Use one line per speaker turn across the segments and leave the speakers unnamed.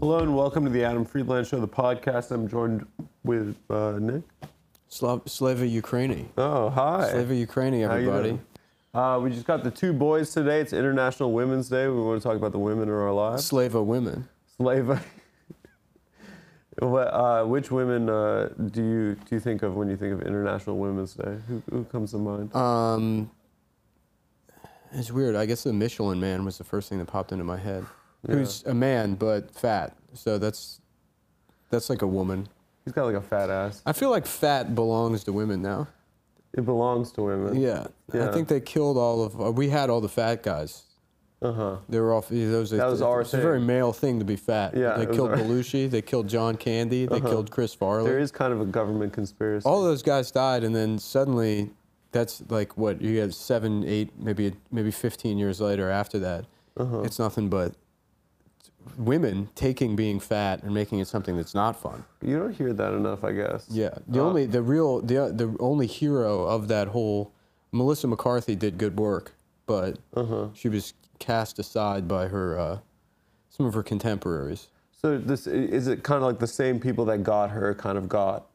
Hello and welcome to the Adam Friedland Show, the podcast. I'm joined with uh, Nick.
Slav- Slava Ukraini.
Oh, hi.
Slava Ukraini,
How you doing?
everybody.
Uh, we just got the two boys today. It's International Women's Day. We want to talk about the women in our lives.
Slava women.
Slava. What, uh, which women uh, do you do you think of when you think of International Women's Day? Who, who comes to mind?
Um, it's weird. I guess the Michelin man was the first thing that popped into my head. Who's a man but fat. So that's that's like a woman.
He's got like a fat ass.
I feel like fat belongs to women now.
It belongs to women.
Yeah.
Yeah.
I think they killed all of uh, we had all the fat guys.
Uh huh.
They were all those
That was our
it's a very
thing.
male thing to be fat.
Yeah,
They
it was
killed
our- Uh-huh.
Belushi, they killed John Candy, they killed Chris Farley.
There is kind of a government conspiracy.
all those guys died, and then suddenly, that's like what you have seven, eight, maybe maybe fifteen years later. After that, it's nothing but women taking being fat and making it something that's not fun.
you don't hear that enough, I guess.
Yeah, the
Uh,
only the real the the only hero of that whole Melissa McCarthy did good work, but she was cast aside by her uh, some of her contemporaries.
So this is it kind of like the same people that got her kind of got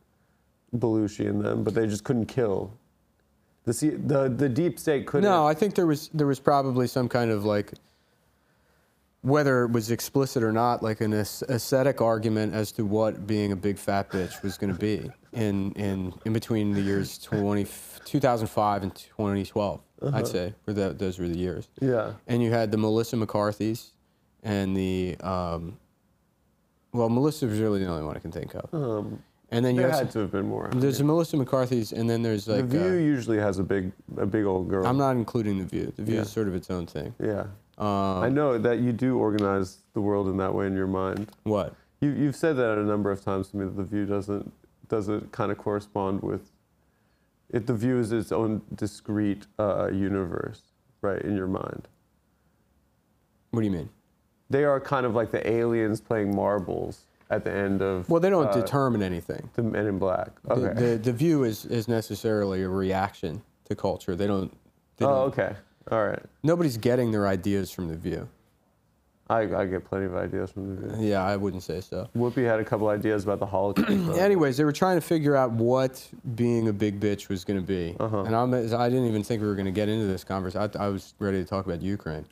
Belushi and them, but they just couldn't kill. The se- the the deep state couldn't.
No, I think there was there was probably some kind of like whether it was explicit or not, like an aes- aesthetic argument as to what being a big fat bitch was going to be in, in in between the years 20, 2005 and 2012,
Uh-huh.
I'd say, or tho- those were the years.
Yeah.
And you had the Melissa McCarthy's and the, um, well, Melissa was really the only one I can think of.
Um,
and then you
there
had,
had
some-
to have been more.
there's the Melissa McCarthy's, and then there's
the
like,
View
uh,
usually has a big a big old girl.
I'm not including the View. The View
Yeah.
is sort of its own thing.
Yeah.
Um,
I know that you do organize the world in that way in your mind.
What?
You you've said that a number of times to me that the View doesn't doesn't kind of correspond with. It, the View is its own discrete uh, universe, right in your mind.
What do you mean?
they are kind of like the aliens playing marbles at the end of
Well, they don't
uh,
determine anything.
the Men in Black.
The-
Okay.
The, the, view is, is necessarily a reaction to culture. They don't. They
oh,
don't
okay. All right.
Nobody's getting their ideas from the view.
I, I get plenty of ideas from the video.
Yeah, I wouldn't say so.
Whoopi had a couple ideas about the Holocaust. though.
Anyways, they were trying to figure out what being a big bitch was going to be,
Uh-huh.
and I'm, I didn't even think we were going to get into this conversation. I, I was ready to talk about Ukraine,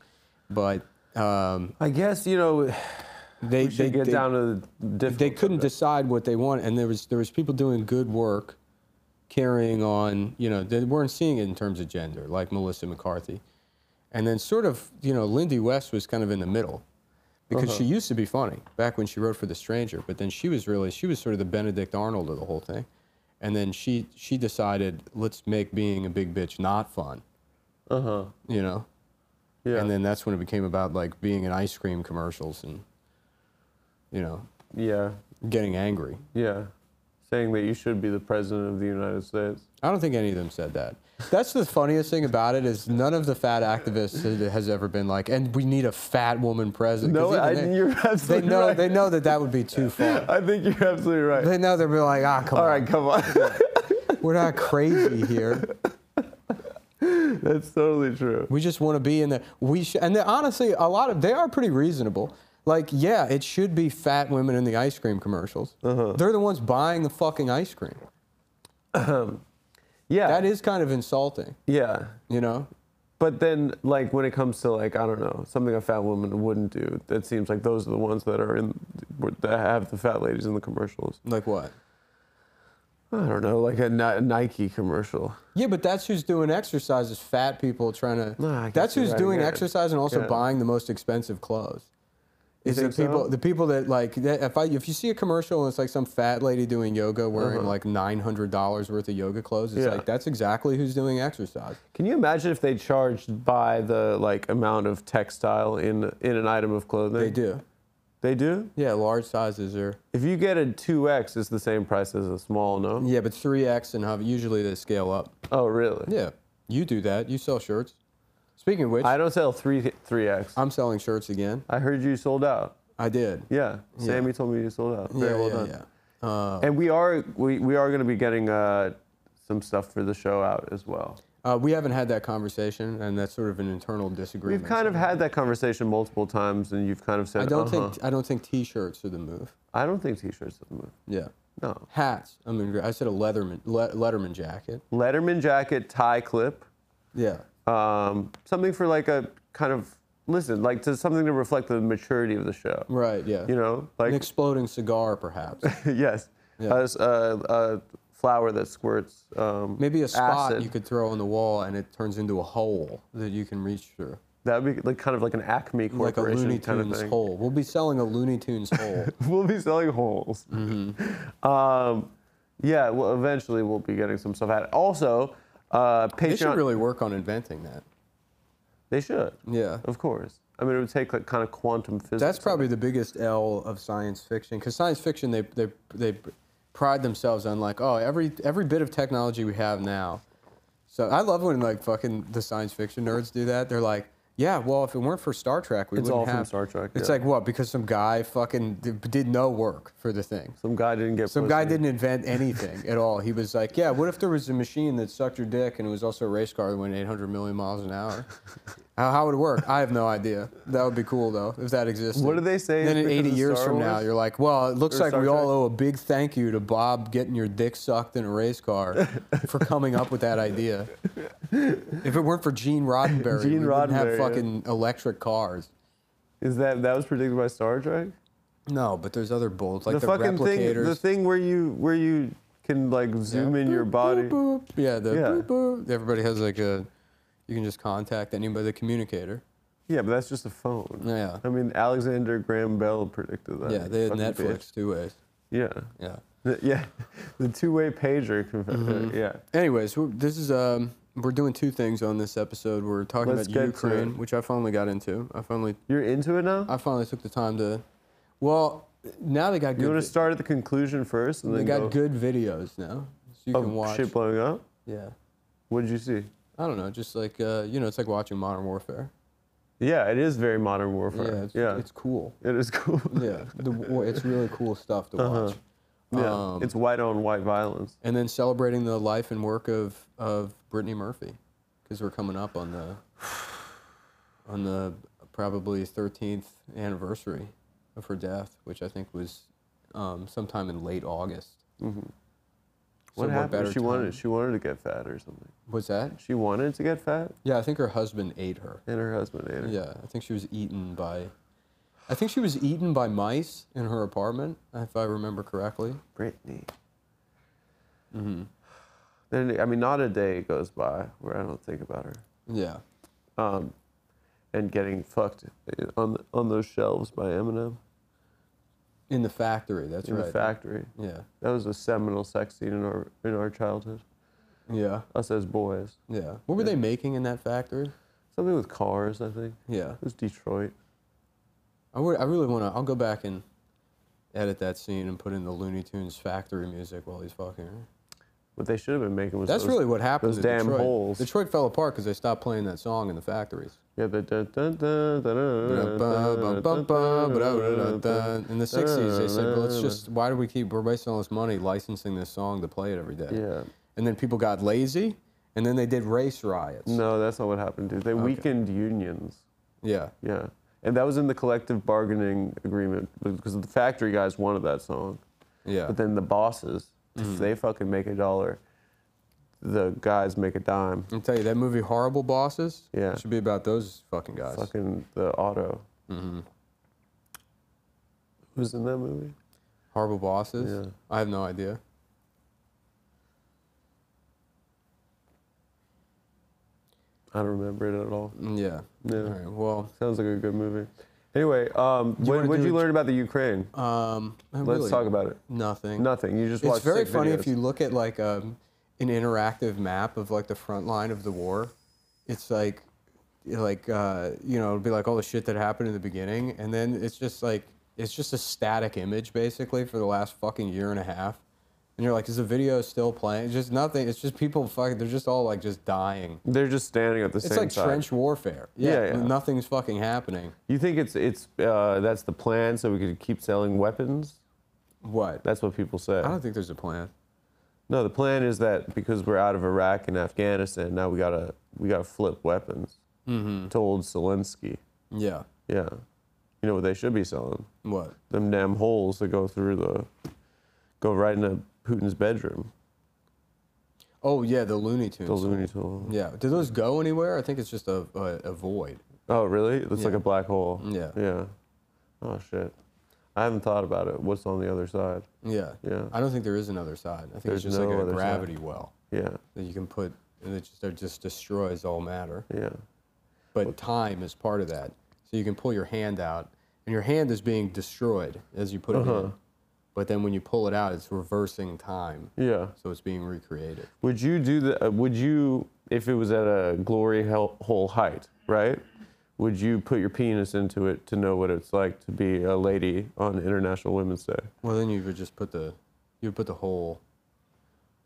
but um,
I guess you know
they
we should
they
get
they,
down to the difficult
they couldn't
subject.
decide what they wanted, and there was there was people doing good work, carrying on. You know, they weren't seeing it in terms of gender, like Melissa McCarthy, and then sort of you know Lindy West was kind of in the middle, because she used to be funny back when she wrote for The Stranger, but then she was really she was sort of the Benedict Arnold of the whole thing, and then she she decided let's make being a big bitch not fun,
Uh-huh.
you know,
Yeah.
and then that's when it became about like being in ice cream commercials and, you know,
yeah.
getting angry.
Yeah. Saying that you should be the president of the United States.
I don't think any of them said that. That's the funniest thing about it is none of the fat activists has- has ever been like, and we need a fat woman president. 'Cause
No, I,
even
you're
they, they
absolutely
know
right.
they know that that would be too far.
I think you're absolutely right.
They know they'll be like, ah, come
All
on,
right, come on.
we're not crazy here.
That's totally true.
We just want to be in the we sh-. and they, honestly, a lot of they are pretty reasonable. Like, yeah, it should be fat women in the ice cream commercials.
Uh-huh.
They're the ones buying the fucking ice cream.
Yeah.
That is kind of insulting,
Yeah.
you know.
But then, like when it comes to like I don't know something a fat woman wouldn't do, that seems like those are the ones that are in that have the fat ladies in the commercials.
Like what?
I don't know, like a, Ni- Nike commercial.
Yeah, but that's who's doing exercise is fat people trying to.
No, I can
that's
see
who's
that
doing
again.
exercise and also
Yeah.
buying the most expensive clothes.
You
Is the
think
people
so?
the people that like that if I if you see a commercial and it's like some fat lady doing yoga wearing like nine hundred dollars worth of yoga clothes, it's
Uh-huh. Yeah.
like that's exactly who's doing exercise.
Can you imagine if they charged by the like amount of textile in in an item of clothing?
They do.
They do.
Yeah, large sizes are.
If you get a two X, it's the same price as a small. No.
Yeah, but three X and have usually they scale up.
Oh really?
Yeah, you do that. You sell shirts. Speaking of which,
I
I,
don't sell three three X.
am selling shirts again.
I heard you sold out.
I did.
Yeah. Sammy told me you sold out. Very
yeah,
well
yeah,
done.
yeah. Uh,
And we are we, we are going to be getting uh, some stuff for the show out as well.
Uh, we haven't had that conversation, and that's sort of an internal disagreement.
We've kind of had that conversation multiple times, and you've kind of said,
I don't
uh-huh.
think I don't think t-shirts are the move.
I don't think t-shirts are the move.
Yeah.
No.
Hats. I mean, I said a Leatherman le- Letterman jacket.
Letterman jacket, tie clip,
Yeah.
um, something for like a kind of listen, like to something to reflect the maturity of the show.
Right. Yeah.
You know, like
An exploding cigar, perhaps.
yes,
Yeah.
a, s- a- a flower that squirts. Um,
Maybe a spot
acid.
you could throw on the wall, and it turns into a hole that you can reach through,
That would be like kind of like an Acme
like a
Corporation
Looney
kind of
Tunes
thing.
hole. We'll be selling a Looney Tunes hole.
we'll be selling holes.
Mm-hmm.
Um, yeah, well, eventually we'll be getting some stuff out. Also, uh, Patreon.
they should really work on inventing that.
They should,
Yeah.
of course. I mean, it would take like kind of quantum physics.
That's probably the biggest L of science fiction because science fiction they, they they pride themselves on like oh every every bit of technology we have now. So I love when like fucking the science fiction nerds do that. They're like, yeah, well if it weren't for Star Trek, we
It's
wouldn't
all from
have
Star Trek,
It's
yeah.
like what because some guy fucking did, did no work for the thing.
some guy didn't get.
Some guy
pussy.
didn't invent anything at all. He was like, yeah, what if there was a machine that sucked your dick and it was also a race car that went 800 million miles an hour? how, how would it work? I have no idea. That would be cool, though, if that existed.
What do they say
Then
is
in
because
80
of
years
Star
from now,
Wars?
you're like, well, it looks
Or
like
Star
we all
Trek?
owe a big thank you to Bob getting your dick sucked in a race car for coming up with that idea. If it weren't for Gene Roddenberry,
Gene
we
Roddenberry,
wouldn't have
yeah.
fucking electric cars.
Is that that was predicted by Star Trek?
No, but there's other bullets, like the,
fucking
replicators.
thing, the thing where you where you can like zoom
Yeah.
in your
Boop,
body.
boop, boop. Yeah, the
Yeah.
boop, boop. Everybody has like a. You can just contact anybody, the communicator.
Yeah, but that's just a phone.
Yeah.
I mean, Alexander Graham Bell predicted that.
yeah, they had
Fucking
Netflix two ways.
bitch. Yeah.
Yeah.
The- yeah, the two-way pager. conf-
Mm-hmm.
Yeah,
Anyways, we're, this is um, we're doing two things on this episode. We're talking
Let's
about
get to
Ukraine,
it.
which I finally got into. I finally,
you're into it now.
I finally took the time to. Well, now they got
you want to
good.
start at the conclusion first, and
vi- they
then
got
go
good videos now, so you
of
can watch.
shit blowing up.
Yeah.
What did you see?
I don't know, just like uh, you know, it's like watching Modern Warfare.
Yeah, it is very modern warfare.
Yeah, it's, it's cool.
It is cool.
Yeah, the, war- it's really cool stuff to watch.
Uh-huh. yeah,
Um,
it's white on white violence.
and then celebrating the life and work of of Brittany Murphy, because we're coming up on the on the probably 13th anniversary of her death, which I think was um, sometime in late August. So
Mm-hmm. What happened?
better
She wanted
time-
she wanted to get fat or something.
What's that?
She wanted to get fat,
Yeah, I think her husband ate her.
and her husband ate her.
Yeah, I think she was eaten by. I think she was eaten by mice in her apartment, if I remember correctly.
Brittany.
Mm-hmm.
Then I mean, not a day goes by where I don't think about her.
Yeah.
um, and getting fucked eh, on on those shelves by Eminem
In the factory, that's
in
right.
the factory.
Yeah.
That was a seminal sex scene in our in our childhood.
Yeah.
Us as boys,
Yeah. What were they making in that factory?
something with cars, I think.
Yeah.
It was Detroit.
I would. I really want to. I'll go back and edit that scene and put in the Looney Tunes factory music while he's fucking her.
What they should have been making was
That's
those-
really what happened.
Those
to
damn
Detroit.
holes.
Detroit fell apart because they stopped playing that song in the factories.
Yeah, the dun- dun- dun- dun- dun- dun- dun- dun- dun-
In the '60s, they said, well, "Let's just. Why do we keep? We're wasting all this money licensing this song to play it every day."
Yeah.
And then people got lazy, and then they did race riots.
No, that's not what happened, dude. They weakened unions.
Yeah.
Yeah, and that was in the collective bargaining agreement because the factory guys wanted that song.
Yeah. Mm-hmm.
But then the bosses, if they fucking make a dollar, the guys make a dime.
I'll tell you that movie, Horrible Bosses.
Yeah.
Should be about those fucking guys. Mm-hmm.
Fucking the auto. Who's in that movie?
Horrible bosses?
Yeah.
I have no idea.
I don't remember it at all.
Mm, Yeah.
Yeah.
All right. Well,
Sounds like a good movie. Anyway, um, what did
wanna do
you
a-
learn about the Ukraine?
um, I
Let's
really-
talk about it.
nothing.
Nothing. You just watched.
It's very
sick
funny if
videos.
you look at like um, an interactive map of like the front line of the war. It's like, like uh, you know, it'd be like all the shit that happened in the beginning, and then it's just like it's just a static image basically for the last fucking year and a half. And you're like, is the video still playing? It's just nothing. It's just people fucking. They're just all like just dying.
They're just standing at the
It's
same
like
side.
trench warfare.
Yeah, yeah.
Nothing's fucking happening.
You think it's it's uh, that's the plan so we could keep selling weapons?
What?
That's what people say.
I don't think there's a plan.
No, the plan is that because we're out of Iraq and Afghanistan, now we gotta we gotta flip weapons. Mm-hmm. Told Zelensky,
Yeah.
yeah, you know what they should be selling?
What?
Them damn holes that go through the, go right into Putin's bedroom.
Oh yeah, the Looney Tunes.
The Looney Tool.
Yeah. Do those go anywhere? I think it's just a a, a void.
Oh, really? It looks like
Yeah.
a black hole.
Yeah.
Yeah. Oh shit. I haven't thought about it. What's on the other side?
Yeah.
Yeah.
I don't think there is another side. I think
There's
it's just
no
like a
other side.
gravity well
Yeah.
that you can put and it just, that just destroys all matter.
Yeah.
But time is part of that. So you can pull your hand out and your hand is being destroyed as you put
Uh-huh.
it in. But then when you pull it out, it's reversing time.
Yeah.
So it's being recreated.
Would you do the? uh, Would you, if it was at a glory hell- hole height, right? Would you put your penis into it to know what it's like to be a lady on International Women's Day?
Well, then you would just put the you would put the hole.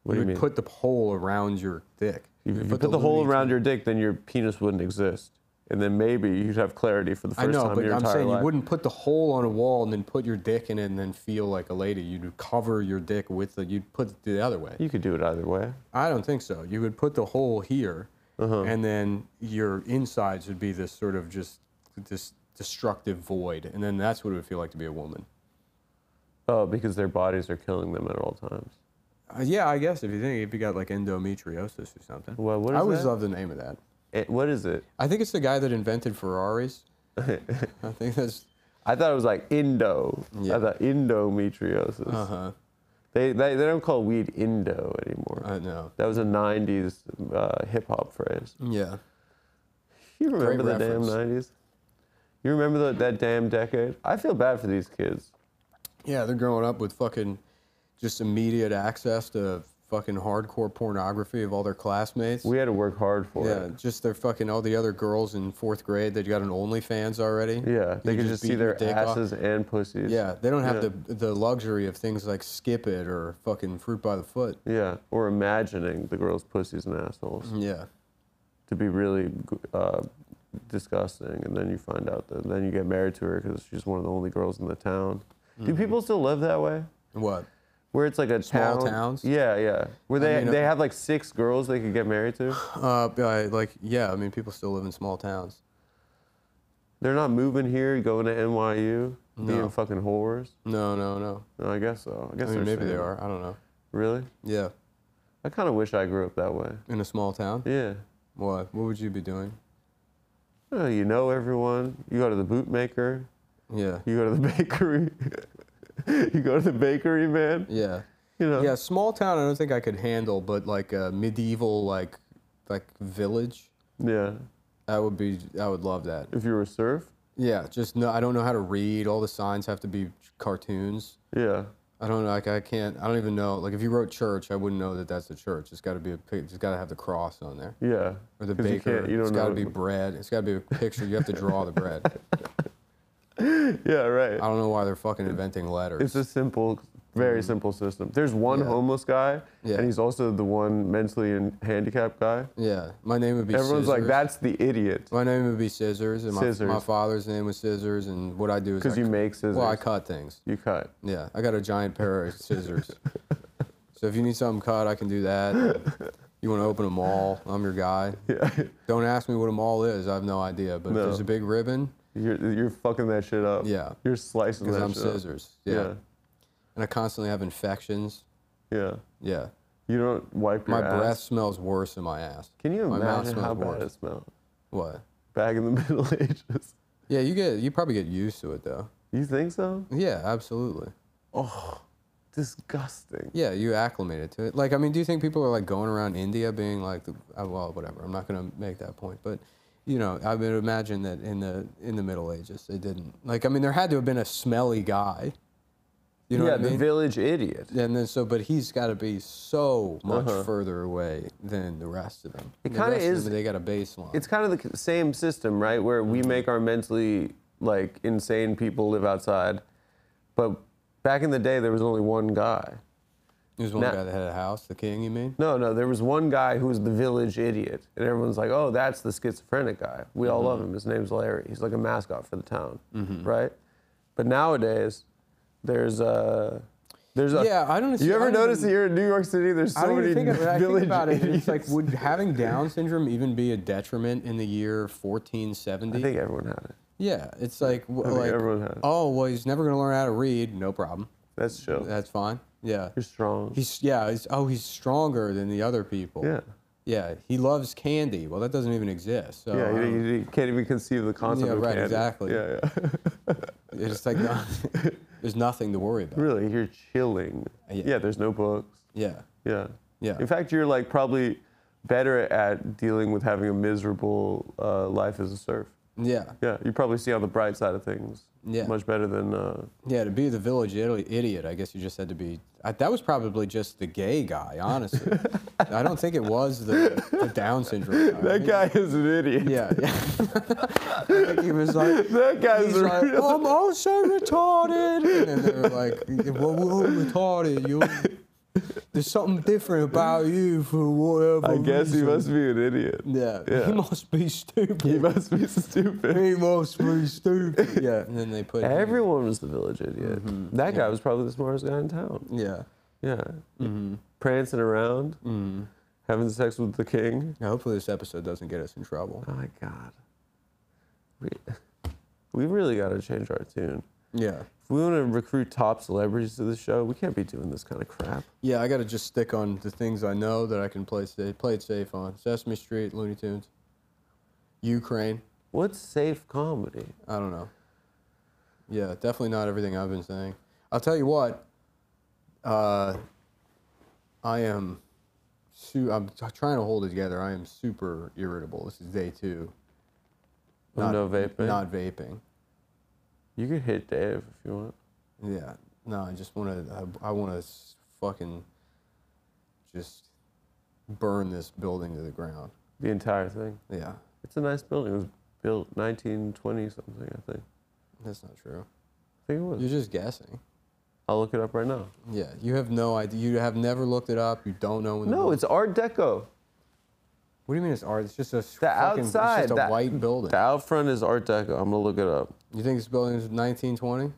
What do
you
you
would
mean?
put the hole around your dick.
if you put, the hole around your dick, then your penis wouldn't exist, and then maybe you'd have clarity for the
I
first
know,
time
but
in your
I'm
entire
saying
life.
you wouldn't put the hole on a wall and then put your dick in it and then feel like a lady. You'd cover your dick with the. You'd put it the other way.
You could do it either way.
I don't think so. You would put the hole here,
Uh-huh.
and then your insides would be this sort of just this destructive void, and then that's what it would feel like to be a woman.
Oh, because their bodies are killing them at all times.
Uh, yeah, I guess if you think if you got like endometriosis or something.
Well, what is
I always
that?
love the name of that.
It, what is it?
I think it's the guy that invented Ferraris. I think that's
I thought it was like Indo. I
Yeah.
thought endometriosis.
uh huh.
They, they they don't call weed Indo anymore.
I know.
That was a 90s uh, hip hop phrase.
Yeah.
You remember the
Great reference.
damn 90s? You remember the, that damn decade? I feel bad for these kids.
Yeah, they're growing up with fucking just immediate access to fucking hardcore pornography of all their classmates.
We had to work hard for
yeah,
it.
just their fucking all the other girls in fourth grade that got an OnlyFans already.
Yeah, they
You
could just, see
beat your
their
dick off.
asses and pussies.
Yeah, they don't have
Yeah.
the the luxury of things like Skip It or fucking Fruit by the Foot.
Yeah, or imagining the girls' pussies and assholes
Yeah,
to be really uh, disgusting, and then you find out that then you get married to her because she's one of the only girls in the town. Do
Mm-hmm.
people still live that way?
what?
Where it's like a
Small
town?
towns?
Yeah, yeah. Where they
mean, uh,
they have like six girls they could get married to.
Uh, I- like yeah, I mean people still live in small towns.
They're not moving here, going to NYU, being fucking whores.
No, no, no.
No, I guess so. I guess
I mean
they're
maybe they
saying-
are. I don't know.
Really?
Yeah,
I kind of wish I grew up that way.
in a small town.
Yeah.
What? What would you be doing?
Well, you know everyone. You go to the bootmaker.
Yeah.
You go to the bakery. you go to the bakery, man.
Yeah.
You know.
Yeah, small town I don't think I could handle, but like a medieval like like village,
Yeah.
I would be I would love that.
If you were a serf.
Yeah, just no I don't know how to read. All the signs have to be cartoons.
Yeah.
I don't know like I can't I don't even know like if you wrote church, I wouldn't know that that's a church. It's got to be a pic- it's got to have the cross on there.
Yeah.
Or the
'Cause You,
baker.
can't, you
it's
don't
got
know.
to be bread. It's got to be a picture. You have to draw the bread.
yeah. Right.
I don't know why they're fucking inventing letters.
It's a simple, very simple system. There's one
Mm-hmm. Yeah.
homeless guy,
Yeah.
and he's also the one mentally and handicapped guy.
yeah, my name would be
Everyone's like,
Scissors.
that's the idiot.
My name would be Scissors, and my,
Scissors.
my father's name was Scissors, and what I do is I
'Cause you
cut-
make
Well, I
scissors.
cut things.
You cut.
Yeah, I got a giant pair of scissors. so if you need something cut, I can do that. You want to open a mall? I'm your guy.
Yeah.
Don't ask me what a mall is. I have no idea. But
No.
if there's a big ribbon,
You're, you're fucking that shit up.
Yeah.
You're slicing
because
that
I'm
shit up.
scissors. Yeah. And I constantly have infections.
Yeah. Yeah.
Yeah.
You don't wipe
My
your ass.
breath smells worse in my ass.
Can you
My mouth
imagine
smells
how bad
worse.
it smelled
What?
back in the Middle Ages?
Yeah, you get you probably get used to it though.
You think so?
Yeah, absolutely.
Disgusting.
Yeah, you acclimated to it. Like, I mean, do you think people are like going around India being like, the, uh, well, whatever. I'm not going to make that point, but you know, I would imagine that in the in the Middle Ages they didn't. Like, I mean, there had to have been a smelly guy. You know
yeah,
what I
the
mean?
village idiot.
and then so, but he's got to be so much
Uh-huh.
further away than the rest of them. It
kinda is-
They got a baseline.
It's kind of the same system, right? Where we make our mentally like insane people live outside, but back in the day there was only one guy.
There's one
now-
guy that had a house, the king, you mean?
No, no, there was one guy who was the village idiot, and everyone's like, "Oh, that's the schizophrenic guy. We all love him. His name's Larry. He's like a
Mm-hmm.
mascot for the town, right?" But nowadays, there's uh, There's a,
Yeah, I don't
You
see-
ever
I don't
notice
even-
that you're in New York City? There's
I
so
don't
many
even think, of it. I think
village
about it. and It's like,
idiots.
would having Down syndrome even be a detriment in the year 1470?
I think everyone had it.
yeah, it's like, w-
think
like
everyone has.
oh, well, he's never going to learn how to read. No problem.
That's chill.
That's fine. Yeah.
you're strong.
He's, yeah, he's, oh, he's stronger than the other people.
yeah.
Yeah, he loves candy. Well, that doesn't even exist. So
Yeah,
I
you,
don't-
you can't even conceive the concept
Yeah,
of
right,
candy.
exactly.
Yeah, yeah.
it's like, no, there's nothing to worry about.
really, you're chilling.
Yeah.
Yeah. there's no books.
Yeah.
Yeah.
Yeah.
In fact, you're like probably better at dealing with having a miserable uh, life as a serf.
Yeah.
Yeah, you probably see on the bright side of things.
Yeah.
Much better than. Uh,
Yeah, to be the village idi- idiot, I guess you just had to be. I, that was probably just the gay guy, honestly. I don't think it was the, the Down syndrome. Guy.
that guy is an idiot.
Yeah, yeah. I think he was like,
That guy's
he's
a
like, "Oh,
real.
I'm also retarded. And then they were like, well, we're all retarded. You, there's something different about you for whatever.
I guess he
reason."
must be an idiot.
Yeah,
Yeah.
he must be stupid.
He must be stupid.
He must be stupid. Yeah, and then they put him-
Everyone was the village idiot.
Mm-hmm.
That guy was probably the smartest guy in town.
Yeah.
Yeah.
Mm-hmm.
Prancing around, having sex with the king.
Now, hopefully, this episode doesn't get us in trouble.
Oh my God. We, we really got to change our tune.
Yeah.
If we want to recruit top celebrities to the show, we can't be doing this kind of crap.
Yeah, I gotta just stick on the things I know that I can play safe, play it safe on. Sesame Street, Looney Tunes, Ukraine.
What's safe comedy?
I don't know. Yeah, definitely not everything I've been saying. I'll tell you what. Uh, I am. Su- I'm t- trying to hold it together. I am super irritable. This is day two.
Of Oh, no vaping?
Not vaping.
You could hit Dave if you want.
Yeah. No, I just want to. I, I want to fucking just burn this building to the ground.
The entire thing.
Yeah,
It's a nice building. It was built 1920 something, I think.
that's not true.
I think it was.
You're just guessing.
I'll look it up right now.
Yeah, you have no idea. You have never looked it up. You don't know when. the
No,
buil-
it's Art Deco.
What do you mean it's art? It's just a
The
fucking,
outside,
It's just a
that-
white building.
The out front is Art Deco. I'm gonna look it up.
you think this building is 1920,
I'm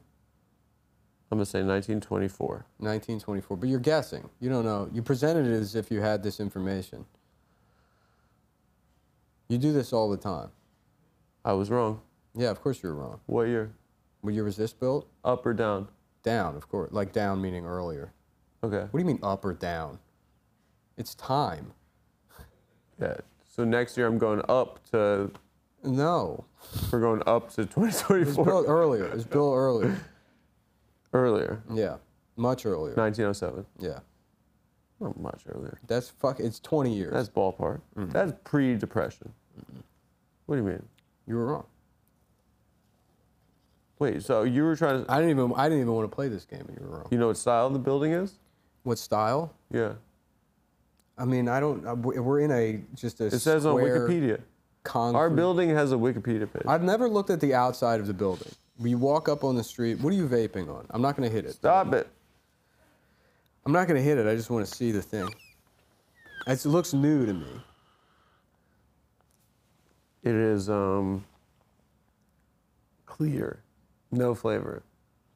gonna say 1924.
1924? But you're guessing. You don't know. You presented it as if you had this information. You do this all the time.
I was wrong.
Yeah, of course you're wrong.
What year?
What year was this built?
Up or down?
Down, of course. Like down meaning earlier.
Okay.
What do you mean up or down? It's time.
Yeah. So next year I'm going up to.
No,
We're going up to
it was
2024.
built earlier. It was built earlier.
Earlier,
Yeah, much earlier.
1907.
Yeah.
Not much earlier.
That's fuck. It's 20 years.
That's ballpark.
Mm-hmm.
That's pre-depression. What do you mean?
you were wrong.
Wait. So you were trying to.
I didn't even. I didn't even want to play this game, and you were wrong.
You know what style the building is?
What style?
Yeah.
I mean, I don't. uh, we- We're in a just a.
It says on
square
Wikipedia.
Concrete.
Our building has a Wikipedia page.
I've never looked at the outside of the building. We walk up on the street. What are you vaping on? I'm not gonna hit it.
Stop it.
I'm not gonna hit it. I just want to see the thing. It's, it looks new to me.
It is um, clear, no flavor.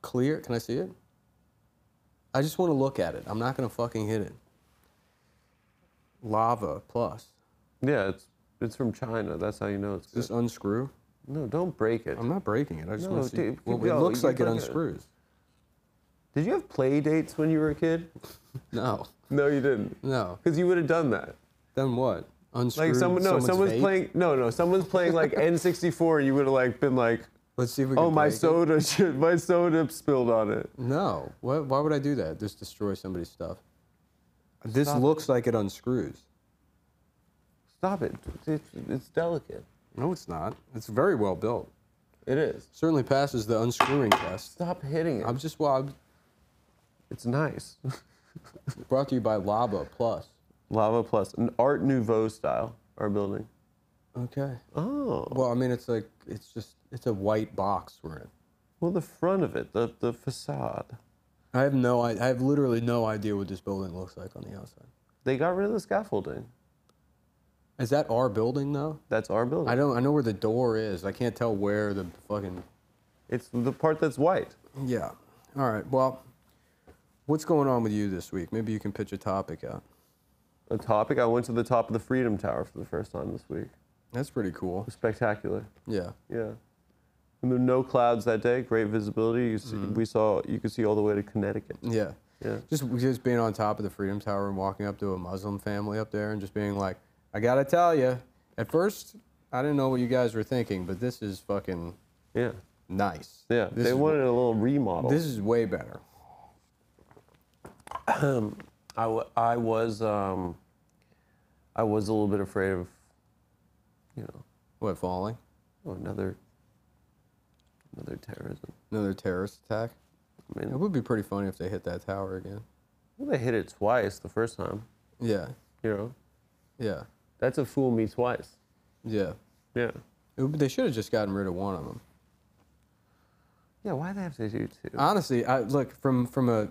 Clear. Can I see it? I just want to look at it. I'm not gonna fucking hit it. Lava plus.
Yeah, it's it's from China. That's how you know it's good.
Just unscrew.
No, don't break it.
I'm not breaking it. I just
No,
want to see.
dude,
well,
keep
it
going.
looks
You
like it
look at it.
unscrews.
Did you have play dates when you were a kid?
No,
No, you didn't.
no.
Because you would have done that.
Then what? Unscrew.
Like someone, no,
someone's
someone's,
vape?
playing. No, no, someone's playing like N64, and you would have like been like,
Let's see if we can.
"Oh, my
break it.
soda, shit, my soda spilled on it."
No. What, why would I do that? Just destroy somebody's stuff. This
Stop it.
looks like it unscrews.
Stop it. It's, it's delicate.
No, it's not. It's very well built.
It is.
Certainly passes the unscrewing test.
Stop hitting it.
I'm just well. I'm
it's nice.
brought to you by Lava Plus.
Lava Plus, an Art Nouveau style, our building.
Okay.
Oh.
Well, I mean, it's like it's just it's a white box we're in.
Well, the front of it, the, the facade.
I have no. I, I have literally no idea what this building looks like on the outside.
They got rid of the scaffolding.
Is that our building though?
That's our building.
I don't. I know where the door is. I can't tell where the fucking.
It's the part that's white.
Yeah. All right. Well, What's going on with you this week? Maybe you can pitch a topic out.
A topic. I went to the top of the Freedom Tower for the first time this week. It
That's pretty cool.
was spectacular.
Yeah.
Yeah. And there were no clouds that day. Great visibility. You see,
Mm-hmm.
We saw. You could see all the way to Connecticut.
Yeah.
Yeah.
Just just being on top of the Freedom Tower and walking up to a Muslim family up there and just being like, I gotta tell you, at first I didn't know what you guys were thinking, but this is fucking
Yeah.
nice.
Yeah.
This
they
is,
wanted a little remodel.
This is way better.
I, w- I was um, I was a little bit afraid of, you know,
What falling?
oh, another another terrorism.
Another terrorist attack?
I
It
mean,
would be pretty funny if they hit that tower again.
well, they hit it twice the first time.
Yeah.
You know,
Yeah.
that's a fool me twice.
Yeah.
Yeah.
It would- they should have just gotten rid of one of them.
Yeah. Why they have to do two?
Honestly, I look from from a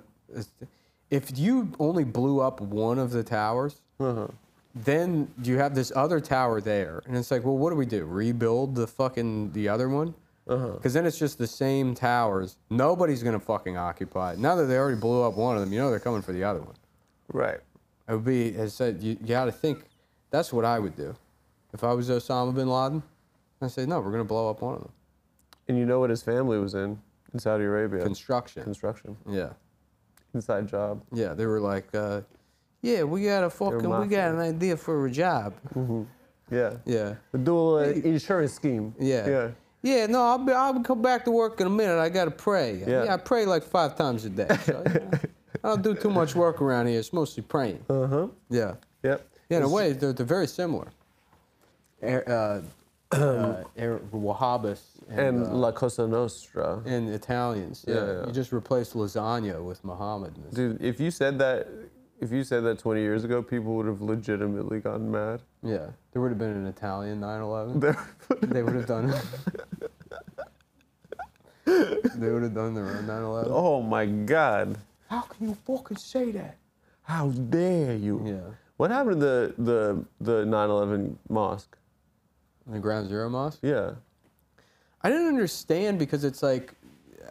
if you only blew up one of the towers,
Uh-huh.
then you have this other tower there, and it's like, well, what do we do? Rebuild the fucking the other one? Because then it's just the same towers. Nobody's gonna fucking occupy it. Now that they already blew up one of them, you know they're coming for the other one.
Right.
It would be, as I said, you, you got to think. That's what I would do if I was Osama bin Laden. I say, no, we're gonna blow up one of them.
And you know what his family was in in Saudi Arabia?
Construction.
Construction.
Yeah.
Inside job.
Yeah, they were like, uh, "Yeah, we got a fucking, we
mafia.
got an idea for a job."
Yeah.
Yeah,
Do an insurance scheme.
yeah,
Yeah.
Yeah, no, I'll be, I'll come back to work in a minute. I gotta pray.
Yeah.
Yeah, I pray like five times a day. So, you know, I don't do too much work around here. It's mostly praying.
Uh huh.
Yeah,
Yep.
yeah. In a
It's-
way, they're, they're very similar. Air, uh, uh, Air, Wahhabists and,
And
uh,
La Cosa Nostra.
and Italians. Yeah,
Yeah, yeah.
you just replace lasagna with Muhammad.
Dude, if you said that, if you said that 20 years ago, people would have legitimately gotten mad.
Yeah, there would have been an Italian 9/11.
They're-
They would have done. they would have done their own 9 11.
oh my God!
How can you fucking say that?
How dare you?
Yeah.
What happened to the the the 9/11 mosque?
The Ground Zero Mosque?
Yeah.
I didn't understand because it's like,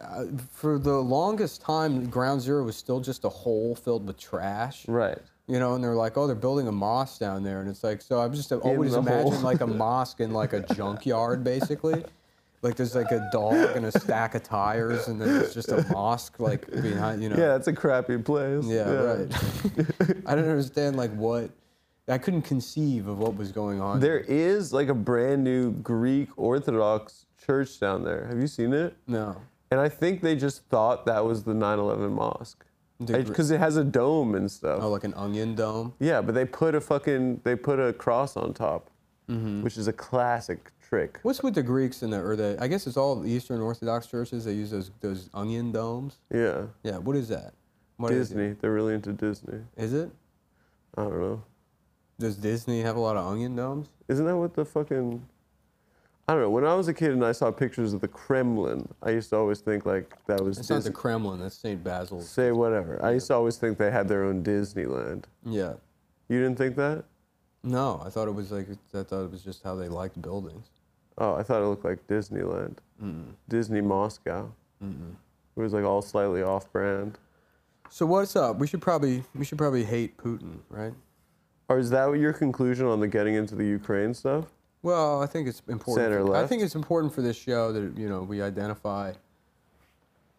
uh, for the longest time, Ground Zero was still just a hole filled with trash.
Right.
You know, and they're like, oh, they're building a mosque down there. And it's like, so I've just always
the hole.
imagined like a mosque in like a junkyard, basically. Like there's like a dog and a stack of tires, and then it's just a mosque, like behind, you know.
Yeah, that's a crappy place.
Yeah, right. I don't understand like what I couldn't conceive of what was going on.
There is like a brand new Greek Orthodox church down there. Have you seen it?
no.
And I think they just thought that was the 9/11 mosque
The Gre-
because it has a dome and stuff.
Oh, like an onion dome.
Yeah, but they put a fucking they put a cross on top,
Mm-hmm.
which is a classic trick.
What's with the Greeks and the or the I guess it's all the Eastern Orthodox churches they use those those onion domes.
Yeah,
Yeah, what is that? What is it?
Disney. They're really into Disney.
Is it?
I don't know.
Does Disney have a lot of onion domes?
Isn't that what the fucking? I don't know. When I was a kid and I saw pictures of the Kremlin, I used to always think like that was
It's not
Disney.
the Kremlin, that's St. Basil's.
Say whatever. I used to always think they had their own Disneyland.
Yeah.
You didn't think that?
No, I thought it was like I thought it was just how they liked buildings.
Oh, I thought it looked like Disneyland.
Mm-hmm.
Disney Moscow. It was like all slightly off-brand.
So what's up? We should probably we should probably hate Putin, right?
Or is that your conclusion on the getting into the Ukraine stuff?
Well, I think it's important.
Center
for- I
left.
think it's important for this show that you know we identify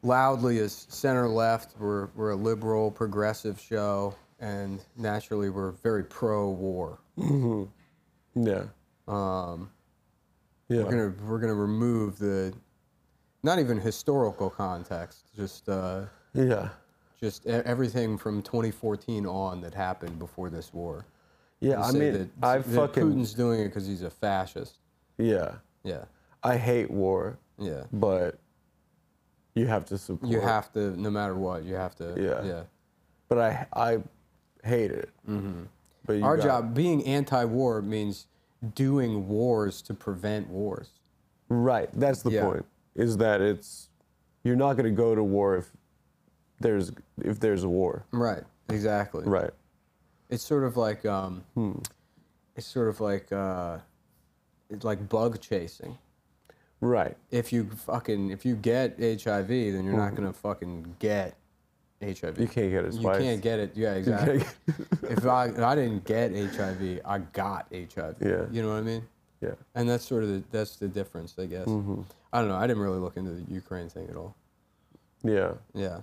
loudly as center left. We're we're a liberal progressive show, and naturally we're very pro war.
Yeah.
Um,
Yeah.
We're gonna we're gonna remove the not even historical context, just uh,
Yeah.
just e- everything from 2014 on that happened before this war.
Yeah.
And
I
say
mean,
that-
I
that
fucking
Putin's doing it because he's a fascist.
yeah.
Yeah,
I hate war,
yeah.
but you have to support.
You have to, no matter what, you have to.
Yeah.
Yeah.
But I I hate it. Mm-hmm. But you
Our
got-
job, being anti war, means doing wars to prevent wars.
Right. That's the
Yeah.
point. Is that it's you're not going to go to war if there's if there's a war.
Right. Exactly.
Right. Hmm.
It's sort of like, um, it's sort of like, uh, it's like bug chasing.
Right.
If you fucking, if you get HIV, then you're not gonna fucking get HIV.
Hmm. You can't get it
You
twice.
can't get it. Yeah, exactly. if I if I didn't get HIV, I got HIV.
Yeah.
You know what I mean?
Yeah.
And that's sort of the, that's the difference, I guess.
Mm-hmm.
I don't know. I didn't really look into the Ukraine thing at all.
Yeah.
Yeah.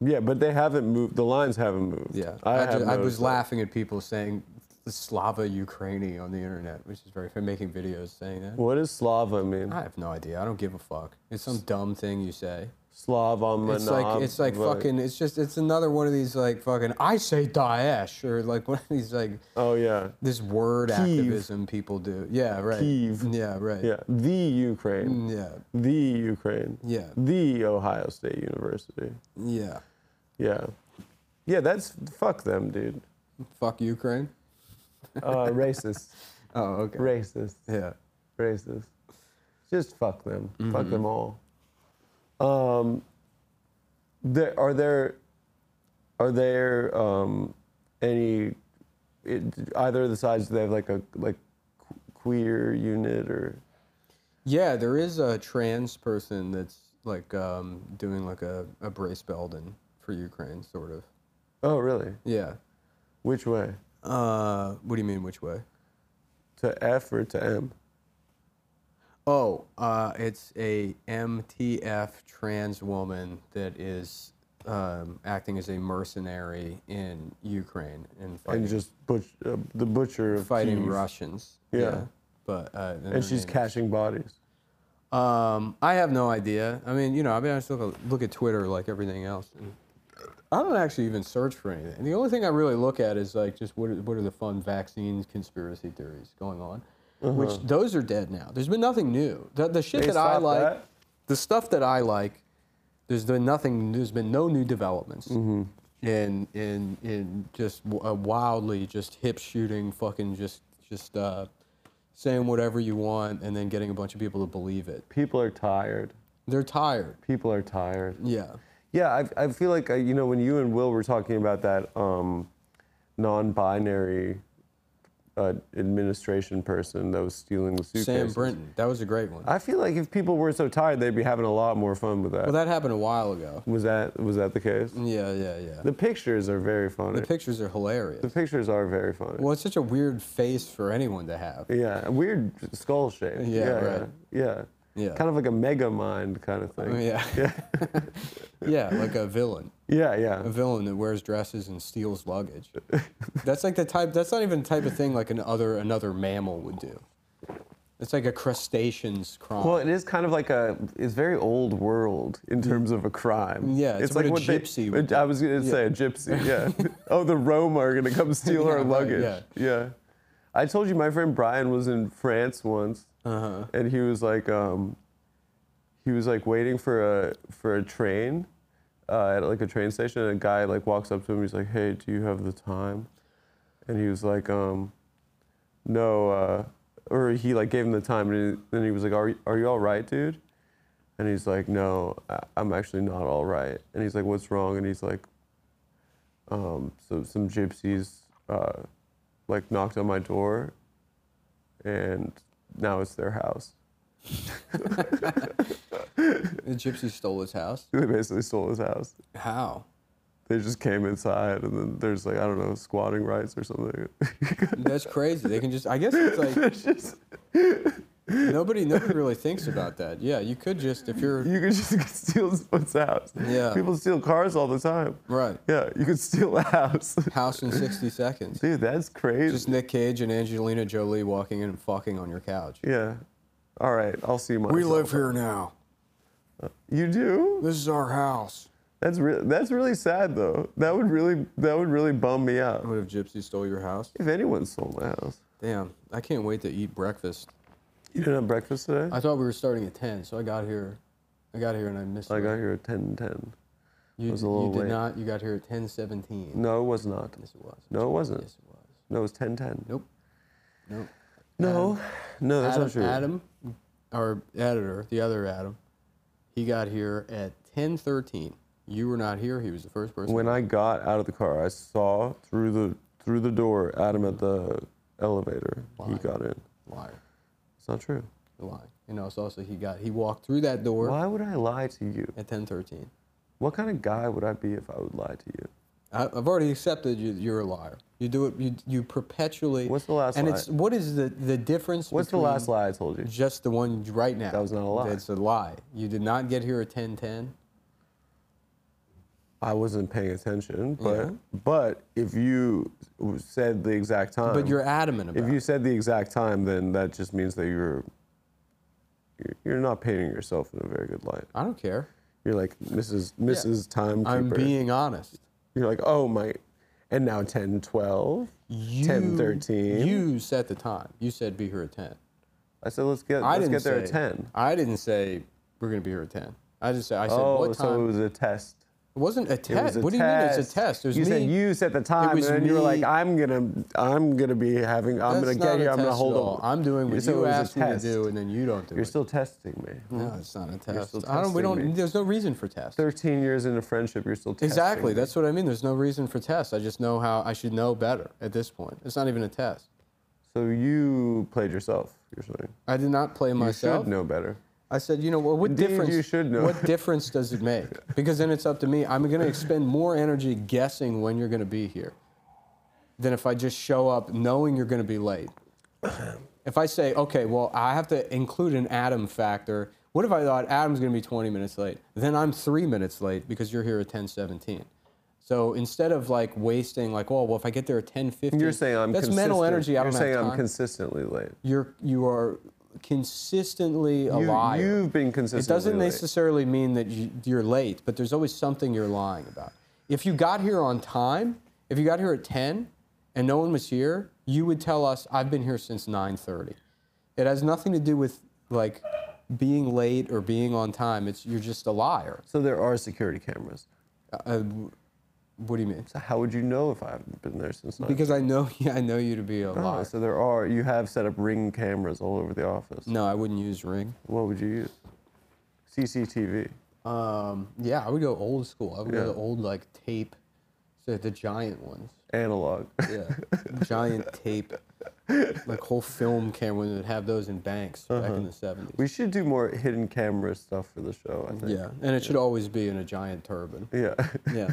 Yeah, but they haven't moved. The lines haven't moved.
Yeah.
I,
I,
have
ju- I was
noticed that.
laughing at people saying Slava Ukraini on the internet, which is very fun, making videos saying that.
What does Slava mean?
I have no idea. I don't give a fuck. It's some dumb thing you say.
Slava
It's like it's like fucking. It's just it's another one of these like fucking. I say Daesh or like one of these like
Oh yeah,
this word
Kyiv.
activism people do. Yeah, right.
Kyiv.
Yeah, right. Mm,
yeah. The Ukraine.
Yeah.
The Ukraine.
Yeah.
The Ohio State University.
Yeah.
Yeah. Yeah, that's fuck them, dude.
Fuck Ukraine.
Uh, racist,
Oh, okay.
racist,
Yeah.
racist. Just fuck them.
Mm-hmm.
Fuck them all. Um, there, are there are there um, any it, either of the sides? Do they have like a like qu- queer unit or?
Yeah, there is a trans person that's like um, doing like a, a brace Belden for Ukraine, sort of.
Oh, really?
Yeah.
Which way?
Uh, what do you mean? Which way?
To F or to M?
Oh, uh, it's a MTF trans woman that is um, acting as a mercenary in Ukraine and fighting,
And just butch, uh, the butcher of
fighting
Kyiv.
Russians.
Yeah.
But uh,
And she's cashing bodies.
Um, I have no idea. I mean, you know, I mean, I just look at, look at Twitter like everything else. And I don't actually even search for anything. The only thing I really look at is like just what are, what are the fun vaccine conspiracy theories going on, which those are dead now. There's been nothing new. The, the
Uh-huh.
shit
They
that I
stopped
like,
that?
the stuff that I like, there's been nothing. There's been no new developments.
Mm-hmm.
In in in just w- uh, wildly just hip shooting, fucking just just uh, saying whatever you want, and then getting a bunch of people to believe it.
People are tired.
They're tired.
People are tired.
Yeah.
Yeah, I, I feel like, uh, you know, when you and Will were talking about that um, non binary uh, administration person that was stealing the suitcases.
Sam Brinton. That was a great one.
I feel like if people weren't so tired, they'd be having a lot more fun with that.
well, that happened a while ago.
was that was that the case?
Yeah, yeah, yeah.
The pictures are very funny.
The pictures are
The
hilarious.
pictures are very funny.
Well, it's such a weird face for anyone to have.
Yeah, a weird skull shape.
Yeah, right.
Yeah, yeah.
Yeah.
Kind of like a mega mind kind of thing.
Yeah. Yeah. like a villain.
Yeah, yeah.
A villain that wears dresses and steals luggage. That's like the type that's not even the type of thing like an other another mammal would do. It's like a crustacean's crime.
Well, it is kind of like a. It's very old world in terms of a crime.
Yeah, it's what a
they-
gypsy would do.
I was gonna say a gypsy. Yeah. oh, the Roma are gonna come steal
Yeah,
our
right,
luggage.
yeah.
yeah. I told you my friend Brian was in France once,
Uh-huh.
and he was like, um, he was like waiting for a for a train, uh, at like a train station, and a guy like walks up to him. He's like, "Hey, do you have the time?" And he was like, um, "No," uh, or he like gave him the time, and he- then he was like, "Are you- are you all right, dude?" And he's like, "No, I- I'm actually not all right." And he's like, "What's wrong?" And he's like, um, "So some gypsies uh, like knocked on my door, and now it's their house.
the gypsy stole his house.
They basically stole his house."
How?
They just came inside, and then there's like I don't know squatting rights or something.
That's crazy. They can just I guess it's like
It's just-
Nobody, nobody really thinks about that. Yeah, you could just if you're
you can just steal someone's house.
Yeah.
People steal cars all the time.
right.
Yeah, you could steal a house.
House in 60 seconds.
Dude, that's crazy.
Just Nick Cage and Angelina Jolie walking in and fucking on your couch.
yeah. All right, I'll see myself.
here now.
You do?
This is our house.
That's re- that's really sad though. That would really that would really bum me out.
What if Gypsy stole your house?
If anyone stole my house.
Damn, I can't wait to eat breakfast.
You didn't have breakfast today?
I thought we were starting at 10, so I got here. I got here and I missed
I,
it.
got here at 10 10.
you,
was a
d-
little
you did
late.
not. You got here at 10:17.
No, it was not.
Yes, it was.
No, it wasn't.
Yes, it was.
No, it was 10 10.
Nope. Nope.
No, no, that's
Adam,
not true.
Adam, our editor, the other Adam, he got here at 10:13. You were not here. He was the first person.
When I got out of the car, I saw through the through the door Adam at the elevator. He
Lying.
got in.
liar,
It's not true.
lying. You know, it's also he got he walked through that door
Why would I lie to you?
at 10:13.
What kind of guy would I be if I would lie to you?
I, I've already accepted you, you're a liar. You do it. You, you perpetually.
What's the last
And
lie?
it's what is the the difference?
What's the
between
last lie I told you?
Just the one right now.
That was not a lie.
It's a lie. You did not get here at ten ten.
I wasn't paying attention, but
Yeah.
but if you w- said the exact time,
But you're adamant about.
Um, if you said the exact time, then that just means that you're you're- you're not painting yourself in a very good light.
it. I don't care.
You're like Mrs. Mrs. Timekeeper.
I'm being honest.
you're like, oh my, and now 10, 12,
You,
10, 13.
You set the time. You said be here at ten.
I said, let's get
I
let's
didn't
get there
say-
at ten.
I didn't say we're gonna be here at ten. I just said I said
Oh,
what time.
so it was a test.
it wasn't a
It
test.
was a
What do you mean it's a test? It was
you
me.
said you set the time, and
was
then you were
me-
like, "I'm gonna, I'm gonna be having, I'm gonna
That's not
get
a
here, I'm gonna
test
hold
at all.
on."
I'm doing what
said it
you
was a
asked me to
test.
do, and then you don't do
You're
it.
still testing me.
no, it's not a test.
still
I don't. We
testing
don't.
me.
There's no reason for tests.
Thirteen years into friendship, you're still testing
Exactly.
me.
That's what I mean. There's no reason for tests. I just know how I should know better at this point. It's not even a test.
So you played yourself. You're saying
I did not play
you
myself.
should know better.
I said, you know, well, what
Indeed,
difference?
you should know.
What difference does it make? Because then it's up to me. I'm going to expend more energy guessing when you're going to be here than if I just show up knowing you're going to be late. If I say, okay, well, I have to include an Adam factor. What if I thought Adam's going to be 20 minutes late? Then I'm three minutes late because you're here at 10:17. So instead of like wasting, like, oh, well, if I get there at 10:15,
You're saying I'm
that's
consistent.
mental energy. I
you're
don't
saying
have
I'm
time.
consistently late.
you're you are consistently a
You,
liar.
You've been
It
consistently.
doesn't
late.
necessarily mean that you, you're late, but there's always something you're lying about. If you got here on time, if you got here at 10 and no one was here, you would tell us, "I've been here since 9:30." It has nothing to do with like being late or being on time. It's you're just a liar.
So there are security cameras.
Uh, what do you mean?
So how would you know if I haven't been there since? nine?
Because I know, yeah, I know you to be a
Oh,
liar.
so there are. You have set up ring cameras all over the office.
No, I wouldn't use ring.
What would you use? CCTV.
Um, yeah, I would go old school. I would
Yeah.
go the old like tape, so the giant ones.
Analog.
Yeah, giant tape, like whole film camera. They would have those in banks back in the seventies.
we should do more hidden camera stuff for the show. I think.
Yeah, and it should always be in a giant turban.
Yeah.
Yeah,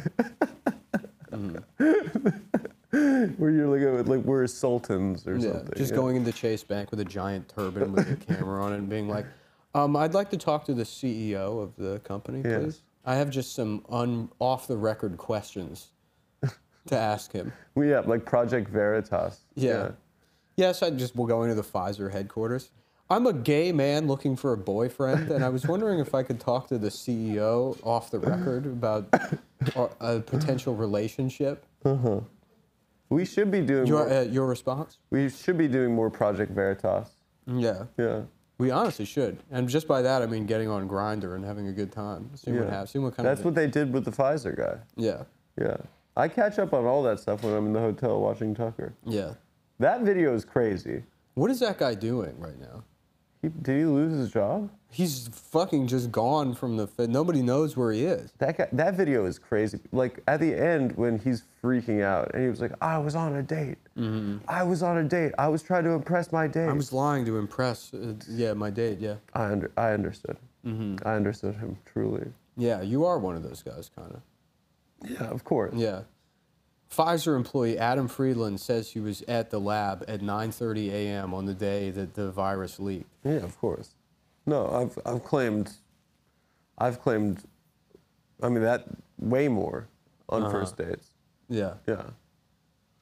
Where you're like, a- like we're sultans or
yeah.
something.
Just
yeah.
going into Chase Bank with a giant turban with a camera on it and being like, um, "I'd like to talk to the CEO of the company,
Yeah.
please. I have just some un- off the record questions to ask him."
Well, yeah, like Project Veritas.
Yeah. Yes, I just will go into the Pfizer headquarters. I'm a gay man looking for a boyfriend, and I was wondering if I could talk to the CEO off the record about a, a potential relationship.
We should be doing.
Your
more,
uh, your response?
we should be doing more Project Veritas.
Yeah,
Yeah.
we honestly should. And just by that, I mean getting on Grinder and having a good time, seeing what
Yeah.
happens, seeing what kind
That's
of
what they did with the Pfizer guy.
yeah,
Yeah. I catch up on all that stuff when I'm in the hotel watching Tucker.
yeah.
That video is crazy.
What is that guy doing right now?
He, did he lose his job?
He's fucking just gone from the. Fed. Nobody knows where he is.
That guy, that video is crazy. Like at the end when he's freaking out and he was like, "I was on a date.
Mm-hmm.
I was on a date. I was trying to impress my date."
I
i
was lying to impress. Uh, yeah, my date. Yeah.
under, I understood. I understood him truly.
Yeah, you are one of those guys, kind of.
Yeah, of course.
Yeah. Pfizer employee Adam Friedland says he was at the lab at 9:30 a.m. on the day that the virus leaked.
Yeah, of course. No, I've I've claimed, I've claimed, I mean that way more on first dates.
Yeah,
Yeah,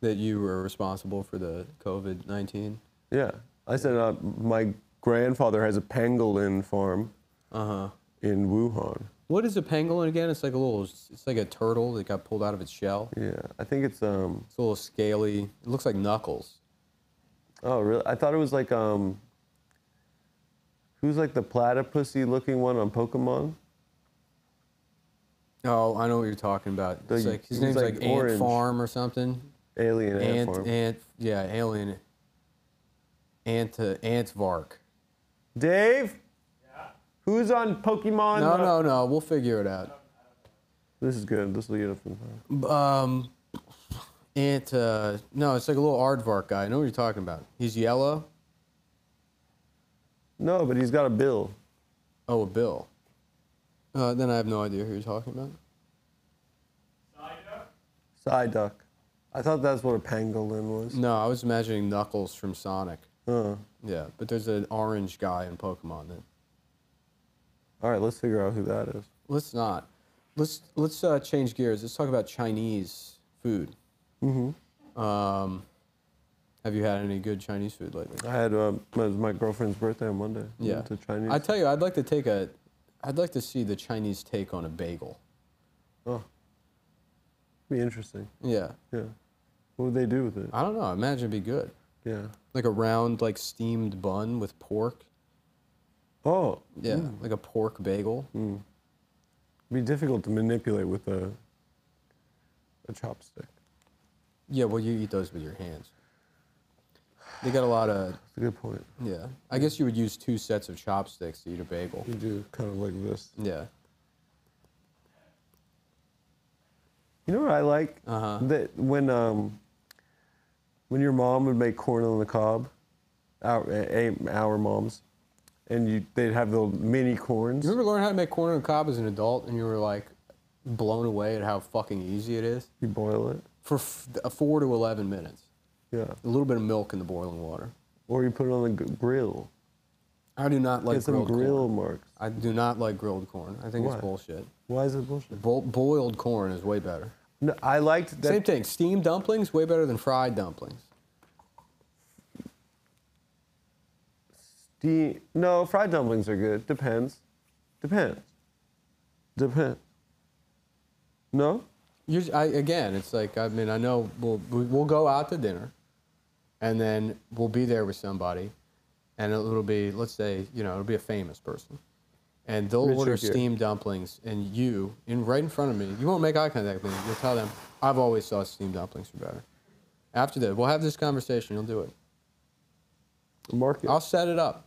that you were responsible for the COVID-19.
yeah. I said uh, my grandfather has a pangolin farm
Uh huh.
in Wuhan.
What is a pangolin again? It's like a little. It's like a turtle that got pulled out of its shell.
Yeah, I think it's um.
It's a little scaly. It looks like knuckles.
Oh, really? I thought it was like um. Who's like the platypusy looking one on Pokemon?
Oh, I know what you're talking about. It's
The-
like his
he's
name's
like
like,
orange.
Ant Farm or something.
Alien ant,
Ant,
farm.
ant, yeah, alien. Ant, uh, ant Vark.
Dave. Who's on Pokemon?
No,
uh,
no, no. We'll figure it out. B-
This is good. This will get up in time.
Um, Ant. Uh, no, it's like a little aardvark guy. I know what you're talking about. He's yellow.
No, but he's got a bill.
Oh, a bill. Uh, then I have no idea who you're talking about.
Side duck. I thought that's what a pangolin was.
No, I was imagining Knuckles from Sonic.
Uh,
Yeah, but there's an orange guy in Pokemon that.
all right, let's figure out who that is.
Let's not. Let's let's uh, change gears. Let's talk about Chinese food. Mm-hmm. Um, have you had any good Chinese food lately?
I had um, it was my girlfriend's birthday on Monday. We
Yeah.
went to Chinese.
I tell you, I'd like to take a, I'd like to see the Chinese take on a bagel.
oh, be interesting.
Yeah.
Yeah. What would they do with it?
I don't know. I imagine it'd be good.
Yeah.
Like a round, like steamed bun with pork.
Oh,
Yeah. Mm. Like a pork bagel.
it'd be difficult to manipulate with a a chopstick.
Yeah. Well, you eat those with your hands. They got a lot of.
That's a good point.
Yeah. I guess you would use two sets of chopsticks to eat a bagel.
You do kind of like this.
Yeah.
You know what I like?
Uh-huh.
That when um when your mom would make corn on the cob, our eh, our moms, and you they'd have the mini corns.
You remember learning how to make corn on the cob as an adult, and you were like blown away at how fucking easy it is
You boil it.
for f- uh, four to eleven minutes.
Yeah.
A little bit of milk in the boiling water.
Or you put it on the g- grill.
I do not like
Get some
grilled
grill
corn.
marks.
I do not like grilled corn. I think
Why?
it's bullshit.
Why is it bullshit?
Bo- boiled corn is way better.
No, I liked that.
Same thing. Steamed dumplings way better than fried dumplings.
Ste- no, fried dumplings are good. Depends. Depends. Depends. No?
You're, I, again, it's like I mean I know we'll we- we'll go out to dinner, and then we'll be there with somebody, and it'll, it'll be let's say you know it'll be a famous person, and they'll
Richard
order
Gere.
steamed dumplings, and you in right in front of me, you won't make eye contact with me. You'll tell them I've always thought steamed dumplings were better. After that, we'll have this conversation. You'll do it.
Mark it.
I'll set it up.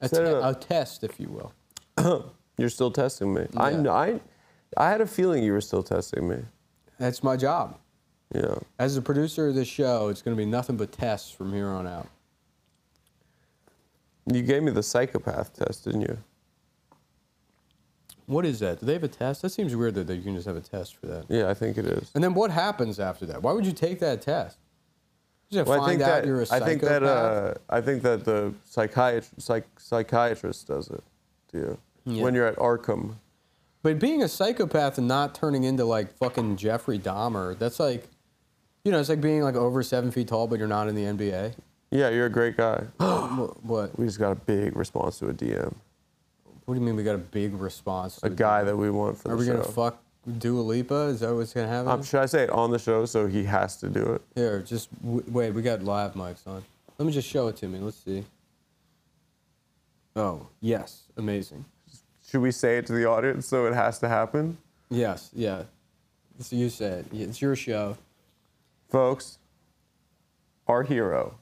A,
Set it
te-
up.
a test, if you will.
You're still testing me. I,
Yeah.
kn- I, I had a feeling you were still testing me.
That's my job.
Yeah.
As the producer of this show, it's going to be nothing but tests from here on out.
You gave me the psychopath test, didn't you?
What is that? Do they have a test? That seems weird that that you can just have a test for that.
Yeah, I think it is.
And then what happens after that? Why would you take that test? You just
Well, I
find
think
out
that
you're a
I
psychopath.
think that uh, I think that the psychiatrist psych, psychiatrist does it to you
Yeah.
when you're at Arkham.
but being a psychopath and not turning into like fucking Jeffrey Dahmer, that's like, you know, it's like being like over seven feet tall, but you're not in the NBA.
Yeah, you're a great guy.
Wh- what?
we just got a big response to a DM,
What do you mean we got a big response? To
a guy that we want for
Are
the
we
show.
gonna fuck Dua Lipa? Is that what's gonna happen?
Um, should I say it on the show so he has to do it?
Here, just w- wait. We got live mics on. Let me just show it to me. Let's see. Oh yes, amazing.
Should we say it to the audience so it has to happen,
Yes, yeah. So you said it's your show.
folks? Our hero,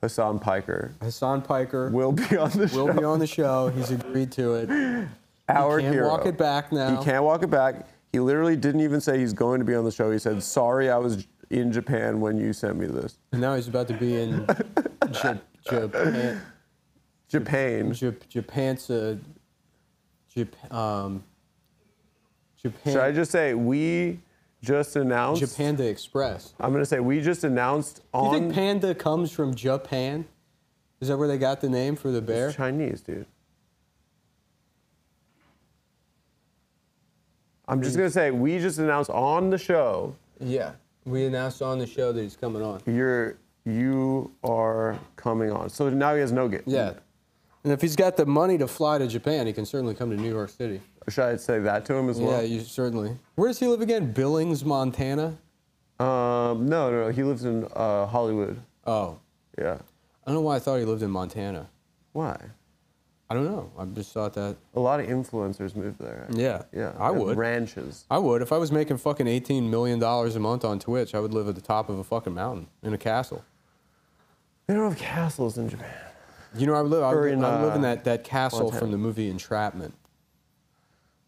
Hassan Piker,
Hassan Piker
will
will,
be on the show.
be on the show. He's agreed to it. He
Our
can't
hero.
walk it back now.
He can't walk it back. He literally didn't even say he's going to be on the show. He said, "Sorry, I was in Japan when you sent me this."
And now he's about to be in Ja- Japan.
Japan.
Ja- Japan's a Jap- um, Japan.
Should I just say we just announced?
Japanda Express.
I'm gonna say we just announced
Do you
on
think panda comes from Japan? Is that where they got the name for the bear?
It's Chinese, dude. I'm just gonna say we just announced on the show
Yeah. We announced on the show that he's coming on.
you're you are coming on. So now he has no get.
Yeah. And if he's got the money to fly to Japan, he can certainly come to New York City.
Should I say that to him as well?
yeah, you certainly. Where does he live again? Billings, Montana?
Um, no, no, he lives in uh, Hollywood.
Oh.
Yeah.
I don't know why I thought he lived in Montana.
Why?
I don't know. I just thought that.
A lot of influencers move there.
Yeah.
Yeah.
I
and
would.
Ranches.
I would. If I was making fucking $18 million a month on Twitch, I would live at the top of a fucking mountain in a castle.
They don't have castles in Japan.
You know, I would live, I
Or
would,
in,
I would live in
uh,
that, that castle
Montana.
from the movie Entrapment.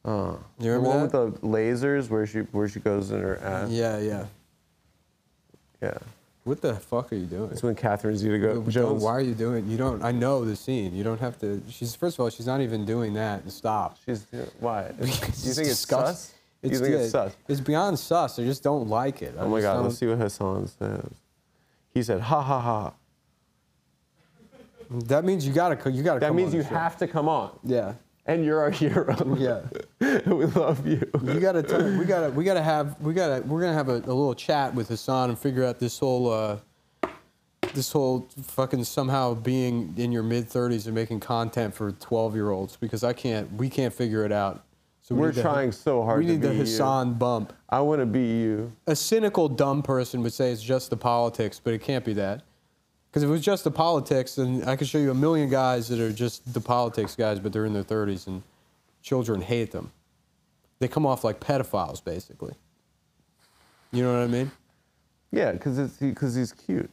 Uh,
You
the
remember
one
that?
with the lasers where she where she goes in her ass.
Yeah, yeah.
Yeah.
What the fuck are you doing?
It's when Catherine Zeta
But
go,
we don't-
Jones.
Why are you doing? You don't. I know the scene. You don't have to. She's first of all, she's not even doing that. Stop.
She's why? Do you
It's
think it's
disgust-
sus? you think it's
yeah,
sus?
It's beyond sus. I just don't like it. I
Oh my
just
God,
don't-
let's see what Hassan says. He said, ha ha ha.
That means you gotta. co- You gotta.
That
come
means
on
you
the show.
have to come on.
Yeah.
And you're our hero.
Yeah.
we love you.
You gotta. Tell, we gotta. We gotta have. We gotta. We're gonna have a, a little chat with Hassan and figure out this whole. Uh, this whole fucking somehow being in your mid 30s and making content for 12 year olds because I can't. We can't figure it out. So we
We're
need the-
trying so hard
We
to
need the
be you.
Hassan bump.
I want to be you.
a cynical dumb person would say it's just the politics, but it can't be that. Because if it was just the politics, then I could show you a million guys that are just the politics guys, but they're in their 30s and children hate them. They come off like pedophiles, basically. You know what I mean?
Yeah, because it's because he's cute.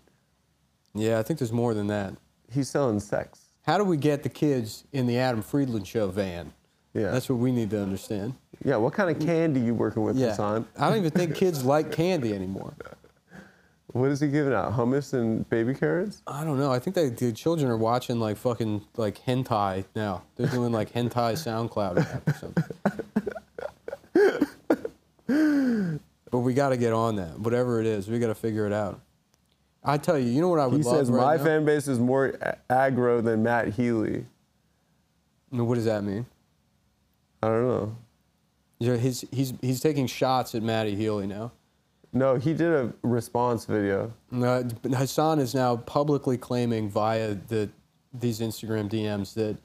Yeah, I think there's more than that.
He's selling sex.
How do we get the kids in the Adam Friedland show van?
Yeah.
That's what we need to understand.
Yeah, what kind of candy you working with,
Mm. Yeah.
Hassan?
I don't even think kids like candy anymore.
What is he giving out? Hummus and baby carrots?
I don't know. I think that the children are watching like fucking like hentai now. They're doing like hentai SoundCloud rap or something. but we got to get on that. Whatever it is, we got to figure it out. I tell you, you know what I would
He
love
says
right
my
now?
fan base is more a- aggro than Matt Healy.
No, What does that mean?
I don't know.
You know, He's, he's, he's taking shots at Matty Healy now.
No, he did a response video.
Uh, Hassan is now publicly claiming via the these Instagram DMs that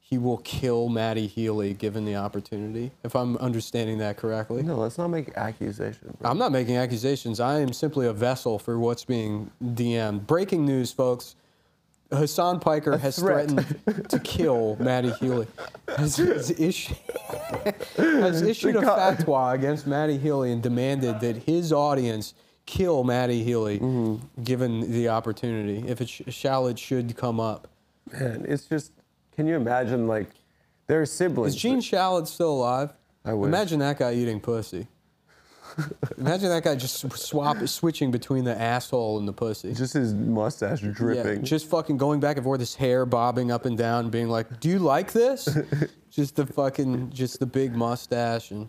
he will kill Matty Healy given the opportunity. If I'm understanding that correctly.
No, let's not make accusations. bro.
I'm not making accusations. I am simply a vessel for what's being DM'd. Breaking news, folks. Hassan Piker has
threat.
threatened to kill Matty Healy. Has, has, issued, has issued a
co-
fatwa against Matty Healy and demanded that his audience kill Matty Healy given the opportunity. If it sh- shall, it should come up.
Man, it's just. Can you imagine? Like, they're siblings.
Is Gene Shalit still alive?
I wish.
Imagine that guy eating pussy. Imagine that guy just sw- swap switching between the asshole and the pussy.
just his mustache dripping.
Yeah, just fucking going back and forth, his hair bobbing up and down, being like, "Do you like this?" just the fucking, just the big mustache and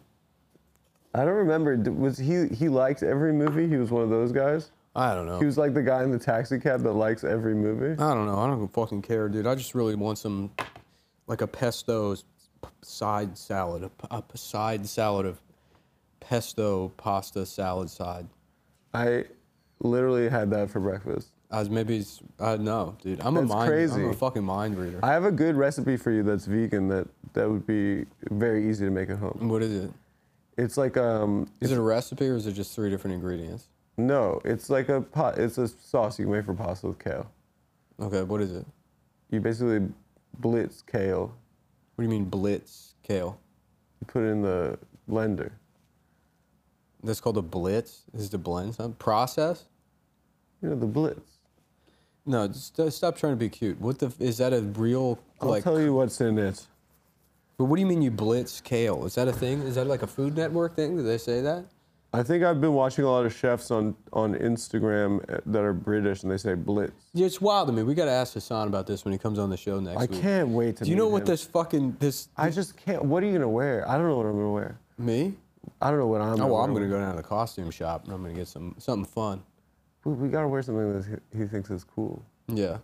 I don't remember. d- Was he? He liked every movie. He was one of those guys.
I don't
He
know.
was like the guy in the taxi cab that likes every movie.
I don't know. I don't fucking care, dude. I just really want some, like a pesto s- p- side salad, a, p- a p- side salad of pesto pasta salad side.
I literally had that for breakfast.
As maybe it's, uh, no, dude. I'm
That's
a mind. I'm
crazy.
a fucking mind reader.
I have a good recipe for you that's vegan that that would be very easy to make at home.
what is it?
It's like um
Is it a recipe or is it just three different ingredients?
no, it's like a pot. It's a sauce you can make for pasta with kale.
Okay, what is it?
You basically blitz kale.
What do you mean blitz kale?
You put it in the blender.
That's called a blitz. This is the blend some process.
You know the blitz.
No, just uh, stop trying to be cute. What the f- is that a real
I'll
like?
tell you what's in it.
But what do you mean you blitz kale? Is that a thing? Is that like a Food Network thing? Do they say that?
I think I've been watching a lot of chefs on on Instagram uh, that are British and they say blitz.
Yeah, it's wild to me. We got to ask Hassan about this when he comes on the show next
I
week.
can't wait to.
Do you know
meet
what
him.
this fucking this
I just can't. What are you gonna wear? I don't know what I'm gonna wear.
me?
I don't know what I'm.
Oh,
gonna
well, I'm
wear.
gonna go down to the costume shop and I'm gonna get some something fun.
We, we gotta wear something that he he thinks is cool.
Yeah.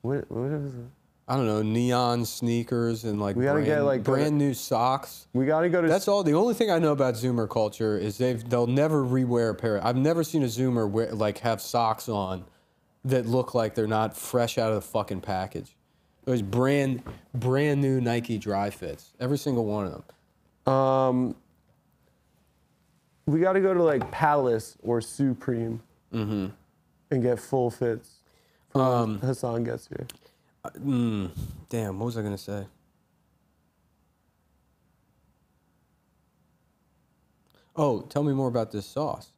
What what is it?
I don't know, neon sneakers and like
We gotta
brand,
get, like, the-
brand new socks.
We gotta go to.
That's all. The only thing I know about Zoomer culture is they've they'll never rewear a pair. I've never seen a Zoomer wear, like have socks on that look like they're not fresh out of the fucking package. Those brand brand new Nike dry fits, every single one of them.
um. We gotta go to like Palace or Supreme. And get full fits. Um, Hassan gets here.
Mm, damn, what was I gonna say? Oh, tell me more about this sauce.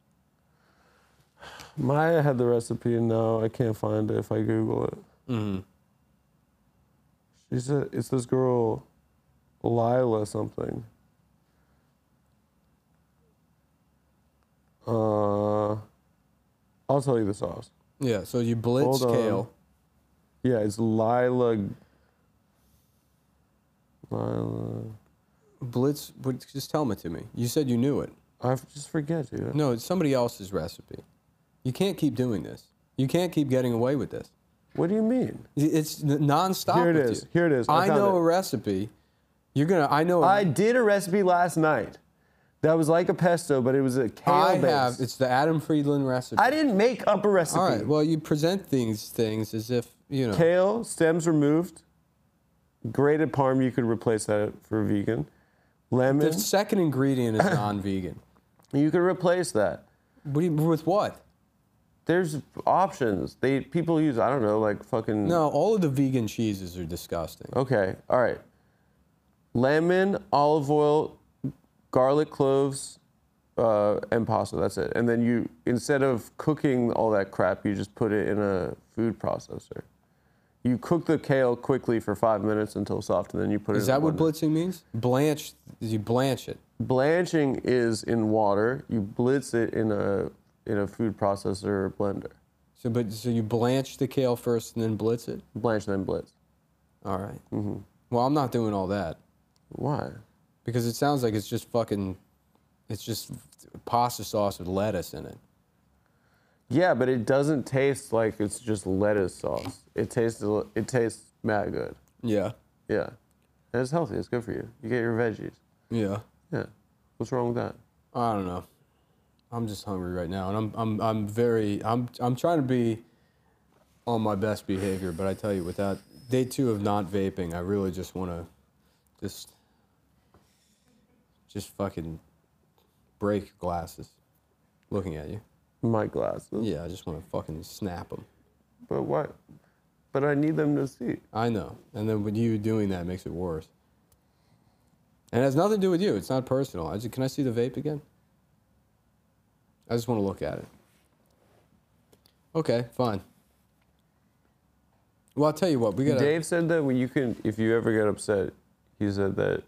Maya had the recipe and now I can't find it if I Google it.
Mm-hmm.
She said it's this girl, Lila something. Uh, I'll tell you the sauce.
Yeah, so you blitz
Hold on.
kale.
Yeah, it's Lila. Lila.
Blitz would just tell me to me. You said you knew it.
I just forget, dude.
No, it's somebody else's recipe. You can't keep doing this. You can't keep getting away with this.
What do you mean?
It's n- nonstop.
Here it
it is.
is. Here it is. I
I,
found
know
it.
a recipe. You're gonna. I know.
I did a recipe last night that was like a pesto, but it was a kale
I
base.
have. It's the Adam Friedland recipe.
I didn't make up a recipe.
All right. Well, you present these things as if you know.
Kale, stems removed. Grated parm, you could replace that for vegan. Lemon,
The second ingredient is non-vegan.
you could replace that.
What do you, with what?
There's options. They people use I don't know like fucking
No, all of the vegan cheeses are disgusting.
Okay, all right. Lemon, olive oil, garlic cloves, uh, and pasta. That's it. And then you instead of cooking all that crap, you just put it in a food processor. You cook the kale quickly for five minutes until soft, and then you put it.
Is
in
that
the
what
blender.
blitzing means? Blanch. You blanch it.
Blanching is in water. You blitz it in a in a food processor or blender.
So, but so you blanch the kale first and then blitz it.
Blanch then blitz.
All Mm-hmm. Well, I'm not doing all that
Why?
because it sounds like it's just fucking. It's just pasta sauce with lettuce in it.
Yeah, but it doesn't taste like it's just lettuce sauce. It tastes a li- it tastes mad good.
Yeah.
Yeah, and it's healthy. It's good for you. You get your veggies.
Yeah.
Yeah, what's wrong with that?
I don't know. I'm just hungry right now, and I'm I'm I'm very I'm I'm trying to be on my best behavior, but I tell you, without day two of not vaping, I really just want to just just fucking break glasses looking at you.
My glasses.
Yeah, I just want to fucking snap them.
But why? But I need them to see.
I know, and then with you doing that makes it worse. And it has nothing to do with you. It's not personal. I just, can I see the vape again? I just want to look at it. Okay, fine. Well, I'll tell you what. We got to
Dave said that when you can, if you ever get upset, he said that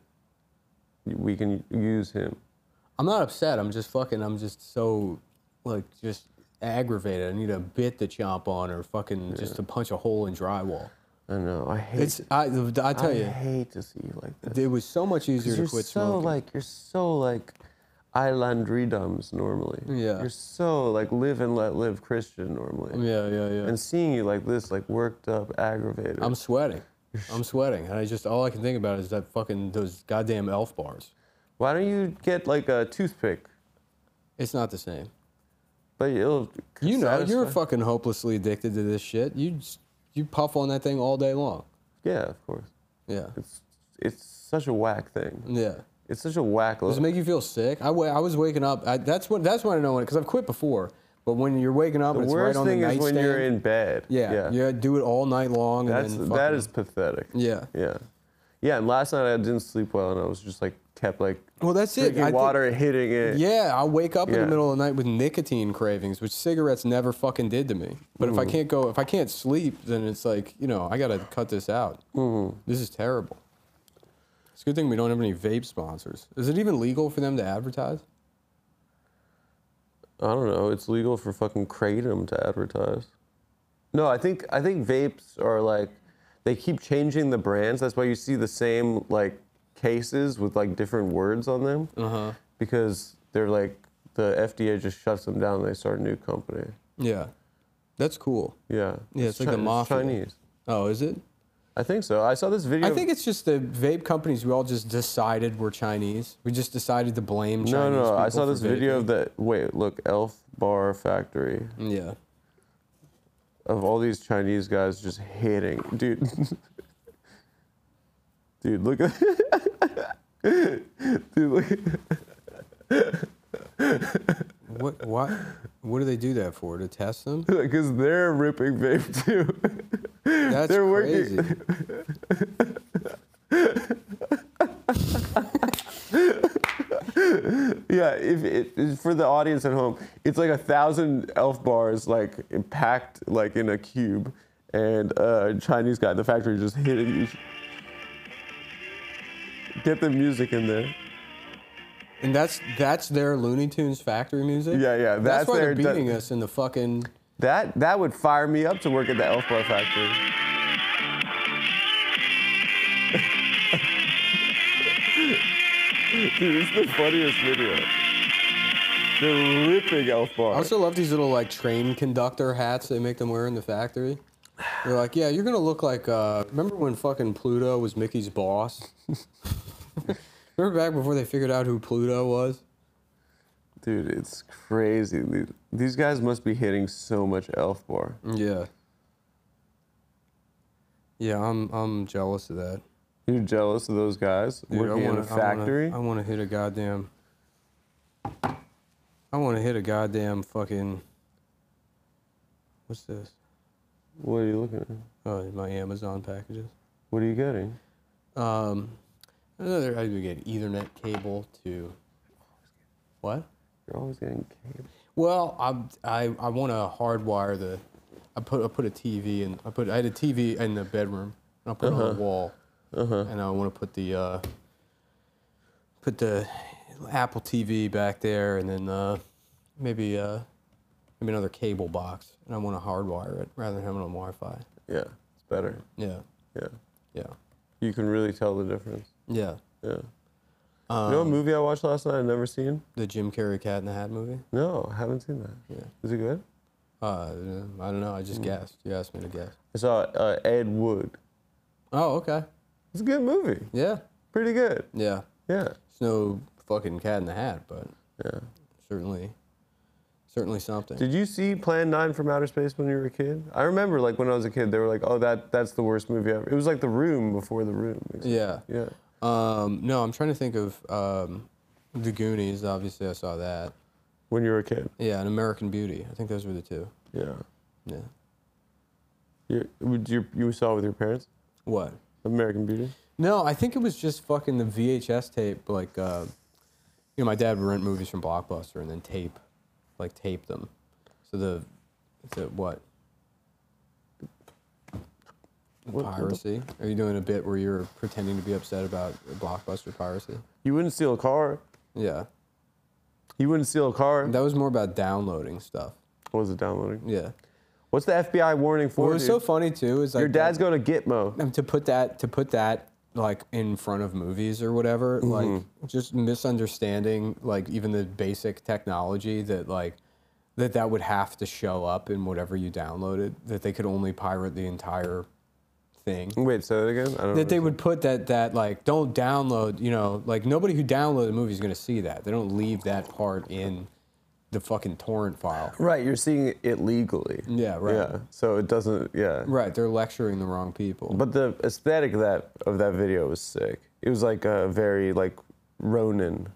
we can use him.
I'm not upset. I'm just fucking. I'm just so like just aggravated. I need a bit to chomp on, or fucking just to punch a hole in drywall.
I know. I hate.
It's I. I tell
I
you,
hate to see you like that.
it was so much easier to
You're
quit
so
smoking.
like you're so like islandridums normally.
Yeah. Oh,
You're so like live and let live Christian normally.
yeah, yeah, yeah.
And seeing you like this, like worked up, aggravated.
I'm sweating. I'm sweating, and I just all I can think about is that fucking those goddamn elf bars.
Why don't you get like a toothpick?
It's not the same.
But it'll
You know, you're
satisfy-
fucking hopelessly addicted to this shit. You just, you puff on that thing all day long.
yeah, of course.
Yeah,
It's it's such a whack thing.
yeah.
It's such a whack.
Does
Look.
it Mm. make you feel sick? I, wa- I was waking up. I, that's when that's when I know when because I've quit before. But when you're waking up,
the
and it's right
worst
on
thing
the
is when
nightstand.
you're in bed.
yeah, yeah,
yeah.
Do it all night long.
That's
and then
that
fucking-
is pathetic.
Yeah.
Yeah. Yeah, and last night I didn't sleep well, and I was just like kept like
Well, that's it.
drinking
I think-
water, and hitting it.
Yeah, I'll wake up in
Yeah.
the middle of the night with nicotine cravings, which cigarettes never fucking did to me. But
Mm.
if I can't go, if I can't sleep, then it's like, you know, I gotta cut this out.
Mm-hmm.
This is terrible. It's a good thing we don't have any vape sponsors. Is it even legal for them to advertise?
I don't know. It's legal for fucking kratom to advertise. No, I think I think vapes are like they keep changing the brands. That's why you see the same like cases with like different words on them. Uh-huh. Because they're like the FDA just shuts them down. They start a new company.
Yeah, that's cool.
Yeah.
Yeah, it's like the
Chi-
mafia.
Chinese.
Oh, is it?
I think so. I saw this video.
I think it's just the vape companies. We all just decided we're Chinese. We just decided to blame Chinese.
no, no. I
people
saw
for
this video
vaping.
of the wait. Look, Elf Bar Factory
Yeah.
of all these Chinese guys just hitting, dude. dude, look at. dude, look.
What? What? What do they do that for? To test them?
Because they're ripping vape too.
That's
They're
crazy.
working- yeah, if it, it's for the audience at home, it's like a thousand elf bars, like packed, like in a cube, and a Chinese guy in the factory just hitting each. Get the music in there.
And that's that's their Looney Tunes factory music.
Yeah, yeah, that's
That's, why
their
they're
du-
beating us in the fucking.
That that would fire me up to work at the Elf Bar Factory. Dude, it's the funniest video. They're ripping Elf Bar.
I also love these little like train conductor hats they make them wear in the factory. They're like, yeah, you're gonna look like. Uh, remember when fucking Pluto was Mickey's boss? remember back before they figured out who Pluto was?
Dude, it's crazy. These- These guys must be hitting so much Elf Bar.
Yeah. Yeah, I'm I'm jealous of that.
You're jealous of those guys
Dude, I
working in
wanna-
a
I wanna-
factory?
I want to hit a goddamn. I want to hit a goddamn fucking. What's this?
What are you looking at?
Oh, my Amazon packages.
What are you getting?
Um, another I would get Ethernet cable to. What?
You're always getting cable.
Well, I I, I want to hardwire the. I put I put a TV and I put I had a TV in the bedroom and I put
Uh-huh.
it on the wall and I want to put the uh, put the Apple TV back there and then uh, maybe uh, maybe another cable box and I want to hardwire it rather than having it on Wi-Fi.
Yeah, it's better.
Yeah,
Yeah.
yeah,
You can really tell the difference.
yeah.
Yeah.
Um,
you know a movie I watched last night I've never seen?
The Jim Carrey Cat in the Hat movie.
No, I haven't seen that. Is
Yeah.
it good?
Uh, I don't know. I
Mm.
just guessed. You asked me to guess.
I saw uh, Ed Wood.
Oh, okay.
It's a good movie.
Yeah.
Pretty good.
Yeah.
Yeah.
It's no fucking cat in the hat, but
Yeah.
certainly, certainly something.
Did you see Plan 9 from Outer Space when you were a kid? I remember like when I was a kid they were like, "Oh, that that's the worst movie ever." It was like The Room before The Room.
yeah.
Yeah.
Um, no, I'm trying to think of um, the Goonies. Obviously, I saw that.
When you were a kid.
Yeah, and American Beauty. I think those were the two.
Yeah.
Yeah.
You would you you saw it with your parents?
What?
American Beauty?
No, I think it was just fucking the VHS tape. Like, uh, you know, my dad would rent movies from Blockbuster and then tape, like tape them. So the, the what?
What- what the-
Piracy? Are you doing a bit where you're pretending to be upset about Blockbuster piracy?
You wouldn't steal a car.
Yeah,
You wouldn't steal a car.
that was more about downloading stuff.
What was it downloading?
Yeah.
What's the FBI warning for?
What was so
dude?
funny too is like
your
that-
dad's going to Gitmo.
Um, to put that to put that like in front of movies or whatever
Mm-hmm.
like just misunderstanding like even the basic technology that like that that would have to show up in whatever you downloaded that they could only pirate the entire thing
Wait, say that again. I don't.
that they
understand.
would put that that like don't download you know like nobody who downloaded a movie is going to see that they don't leave that part in the fucking torrent file
Right, you're seeing it legally.
Yeah, right.
Yeah, so it doesn't. Yeah,
right they're lecturing the wrong people
but the aesthetic of that of that video was sick. It was like a very like Ronin.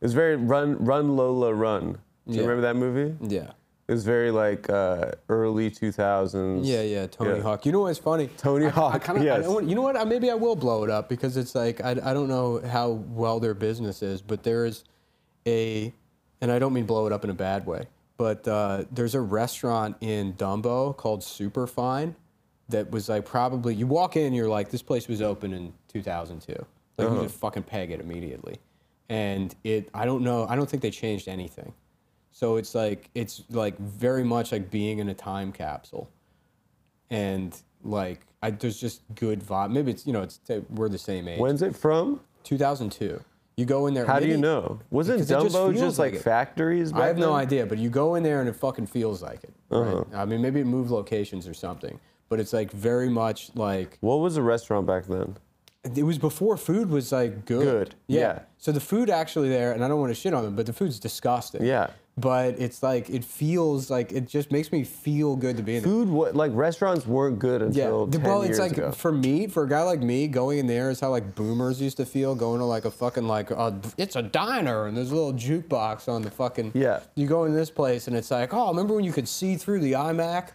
It was very Run Run Lola Run. Do you
Yeah.
remember that movie?
yeah
It was very like uh, early 2000s.
Yeah, yeah, Tony
Yeah.
Hawk. You know what's funny?
Tony
I- I,
Hawk,
kinda, I
yes.
don't want- you know what? I, maybe I will blow it up because it's like I, I don't know how well their business is, but there is a, and I don't mean blow it up in a bad way, but uh, there's a restaurant in Dumbo called Superfine that was like probably you walk in, you're like this place was open in 2002, like
Uh-huh.
you just fucking peg it immediately, and it I don't know I don't think they changed anything. So it's like it's like very much like being in a time capsule and like I, there's just good vibe. Maybe it's you know it's we're the same age.
When's it from?
2002. You go in there.
How do
maybe-
you know? Wasn't
because it
Dumbo
just
just,
feels
like,
like it.
factories? Back
I have no
then? Uh-huh.
idea, but you go in there and it fucking feels like it. Right? I mean, maybe it moved locations or something, but it's like very much like
What was a restaurant back then?
it was before food was like good.
Good, yeah.
So the food actually there, and I don't want to shit on them, but the food's disgusting.
Yeah.
But it's like it feels like it just makes me feel good to be in there.
Food, what like restaurants weren't good
Yeah,
until
d-
10
well, it's
years
like
ago.
for me, for a guy like me, going in there is how like boomers used to feel going to like a fucking like a, it's a diner and there's a little jukebox on the fucking
Yeah.
You go in this place and it's like, oh, remember when you could see through the iMac?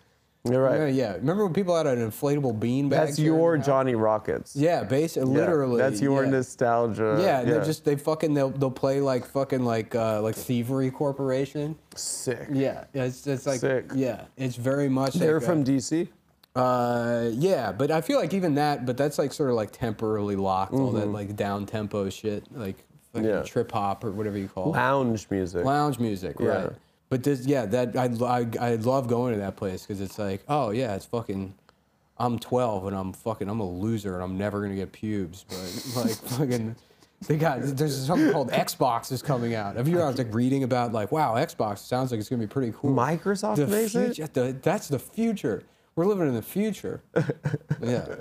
You're right.
Yeah, yeah. Remember when people had an inflatable bean bag?
That's
here in
your
house?
Johnny Rockets.
Yeah, basically,
Yeah,
literally.
That's your uh,
yeah.
nostalgia.
Yeah, and they're just they fucking they'll they'll play like fucking like uh like thievery corporation.
sick.
Yeah, it's it's like
Sick.
yeah, it's very much.
They're
like a-
from DC.
uh, yeah, but I feel like even that, but that's like sort of like temporarily locked, all that like down tempo shit, like fucking
Mm-hmm. Yeah.
trip hop or whatever you call
Lounge music.
it. Lounge music,
Yeah.
right? But this, yeah, that I, lo- I, I love going to that place because it's like, oh yeah, it's fucking. I'm 12 and I'm fucking. I'm a loser and I'm never gonna get pubes, but like fucking. They got there's something called Xbox is coming out. Have you I was like reading about like wow Xbox sounds like it's gonna be pretty cool.
Microsoft
the
makes it?
future, the- that's the future. We're living in the future. Yeah,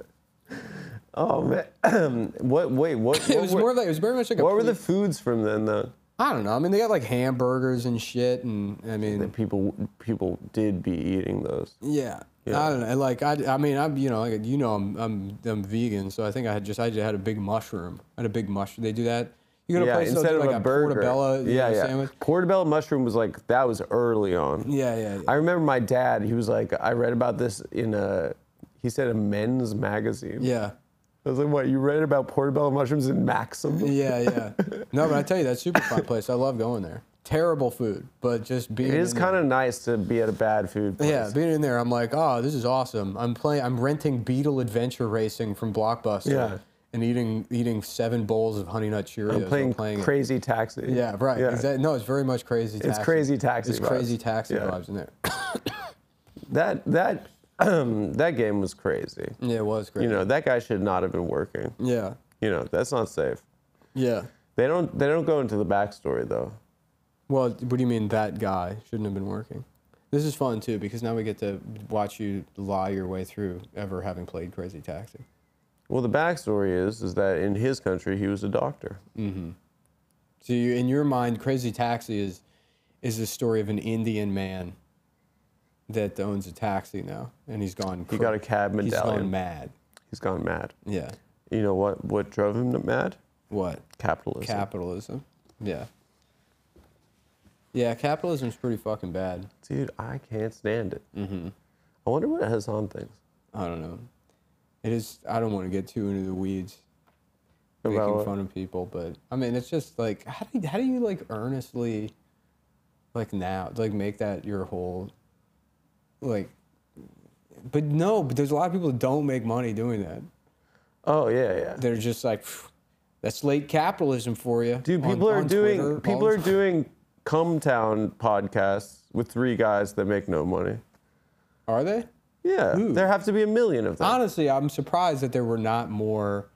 Oh man, what? Wait, what?
it
what
was
were,
more like it was very much like a.
what were the
pre-
foods from then though?
I don't know. I mean, they got like hamburgers and shit, and I mean,
People people did be eating those.
yeah. I don't know. Like I, I mean, I'm you know, like, you know, I'm, I'm I'm vegan, so I think I had just I just had a big mushroom. I had a big mushroom. They do that. You go to a
Yeah,
place they'll
instead
do,
of
like
a burger.
portobello you
yeah,
know,
yeah.
sandwich.
Portobello mushroom was like that was early on.
Yeah, yeah, yeah.
I remember my dad. He was like, I read about this in a. He said a men's magazine.
yeah.
I was like, what? You read about portobello mushrooms in Maxim?
Yeah, yeah. No, but I tell you, that super fun place. I love going there. Terrible food, but just being
It is
in
kind of nice to be at a bad food place.
there, yeah, being in there, I'm like, oh, this is awesome. I'm playing. I'm renting Beetle Adventure Racing from Blockbuster.
Yeah.
And eating eating seven bowls of Honey Nut Cheerios.
I'm
while
playing,
playing it.
crazy taxi.
Yeah, right.
Yeah.
Exactly. No, it's very much crazy. Taxi.
crazy taxi
It's crazy
vibes.
taxi
Yeah.
vibes in there.
That that that game was crazy.
Yeah, it was great.
You know that guy should not have been working.
yeah,
You know that's not safe.
yeah.
They don't they don't go into the backstory though.
Well, what do you mean that guy shouldn't have been working? This is fun too because now we get to watch you lie your way through ever having played Crazy Taxi.
Well, the backstory is is that in his country he was a doctor.
So you, in your mind, Crazy Taxi is is the story of an Indian man that owns a taxi now, and he's gone.
He got a cab
He's gone
medallion.
mad.
He's gone mad.
Yeah.
You know what what drove him to mad?
What?
Capitalism.
Capitalism. Yeah. Yeah, capitalism's pretty fucking bad.
Dude, I can't stand it. Mm-hmm. I wonder what Hassan thinks
I don't know. It is. I don't want to get too into the weeds, making
about
fun of people. But I mean, it's just like how do you, how do you like earnestly, like now, like make that your whole, like, but no. But there's a lot of people that don't make money doing that.
Oh yeah, yeah.
They're just like, "Phew, that's late capitalism for you.
Dude,
on-
people are
on
doing
Twitter,
people
all-
are doing Cumtown podcasts with three guys that make no money.
Are they?
Yeah,
Who?
there have to be a million of them.
honestly, I'm surprised that there were not more.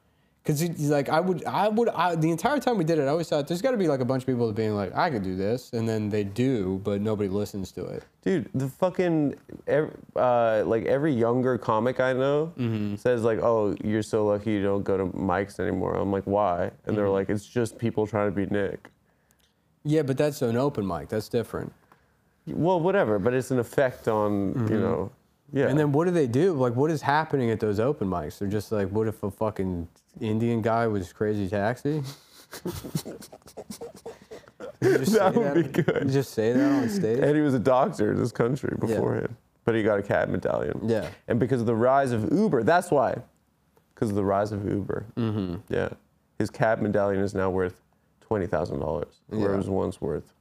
Because like I would, I would, I, the entire time we did it, I always thought there's got to be like a bunch of people being like, I could do this, and then they do, but nobody listens to it.
Dude, the fucking ev- uh, like every younger comic I know
Mm-hmm.
says like, "Oh, you're so lucky you don't go to mics anymore." I'm like, "Why?" And they're
Mm-hmm.
like, "It's just people trying to be Nick."
Yeah, but that's an open mic. That's different.
Well, whatever, but it's an effect on you know, yeah.
Mm-hmm. And then what do they do? Like, what is happening at those open mics? They're just like, what if a fucking Indian guy was crazy taxi? You just
That
say
would be good.
you Just say that on stage.
and he was a doctor in this country beforehand, but he got a cab medallion.
Yeah.
And because of the rise of Uber, that's why. Because of the rise of Uber. Mm-hmm. Yeah. His cab medallion is now worth twenty thousand dollars, where
Yeah.
it was once worth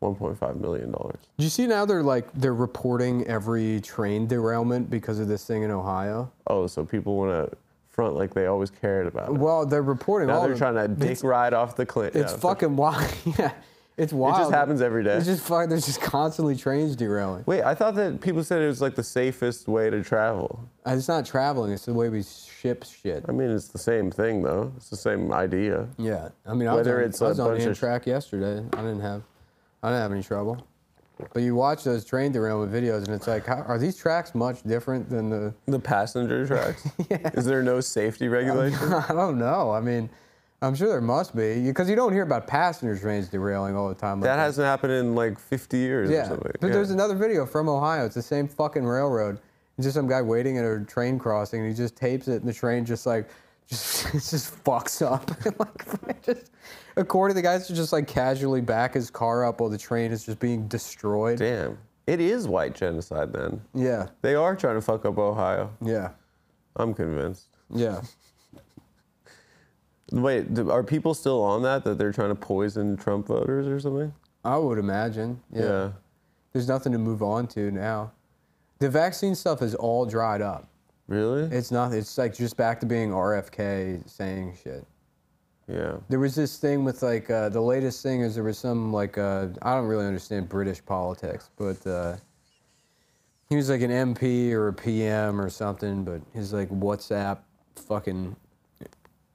one point five million dollars.
Do you see now they're like they're reporting every train derailment because of this thing in Ohio?
Oh, so people want to front like they always cared about it.
Well, they're reporting
Now
all
they're
the-
trying to dick ride off the cliff.
It's fucking wild. yeah, it's wild.
happens every day.
It's just fucking. There's just constantly trains derailing.
Wait, I thought that people said it was like the safest way to travel.
Uh, It's not traveling. It's the way we ship shit.
I mean, it's the same thing though. It's the same idea.
Yeah, I mean, I was
Whether
on,
it's
I
a
was on
bunch of-
Amtrak yesterday. I didn't have, I didn't have any trouble. But you watch those train derailment videos, and it's like, how, are these tracks much different than the?
The passenger tracks. Is there no safety regulation?
I don't know. I mean, I'm sure there must be because you don't hear about passenger trains derailing all the time. Like
That hasn't happened in like 50 years or
Yeah,
something.
but
Yeah.
there's another video from Ohio. It's the same fucking railroad. It's just some guy waiting at a train crossing, and he just tapes it, and the train just like, just it just fucks up. like, just according to the guys, to just like casually back his car up while the train is just being destroyed.
Damn. It is white genocide then.
Yeah,
They are trying to fuck up Ohio.
yeah,
I'm convinced.
yeah.
Wait, do- are people still on that? That they're trying to poison Trump voters or something?
I would imagine. yeah. There's nothing to move on to now. The vaccine stuff is all dried up.
Really?
It's not. It's like just back to being RFK saying shit.
yeah.
There was this thing with like uh, the latest thing is there was some like uh, I don't really understand British politics, but uh, he was like an MP or a PM or something. But his like WhatsApp fucking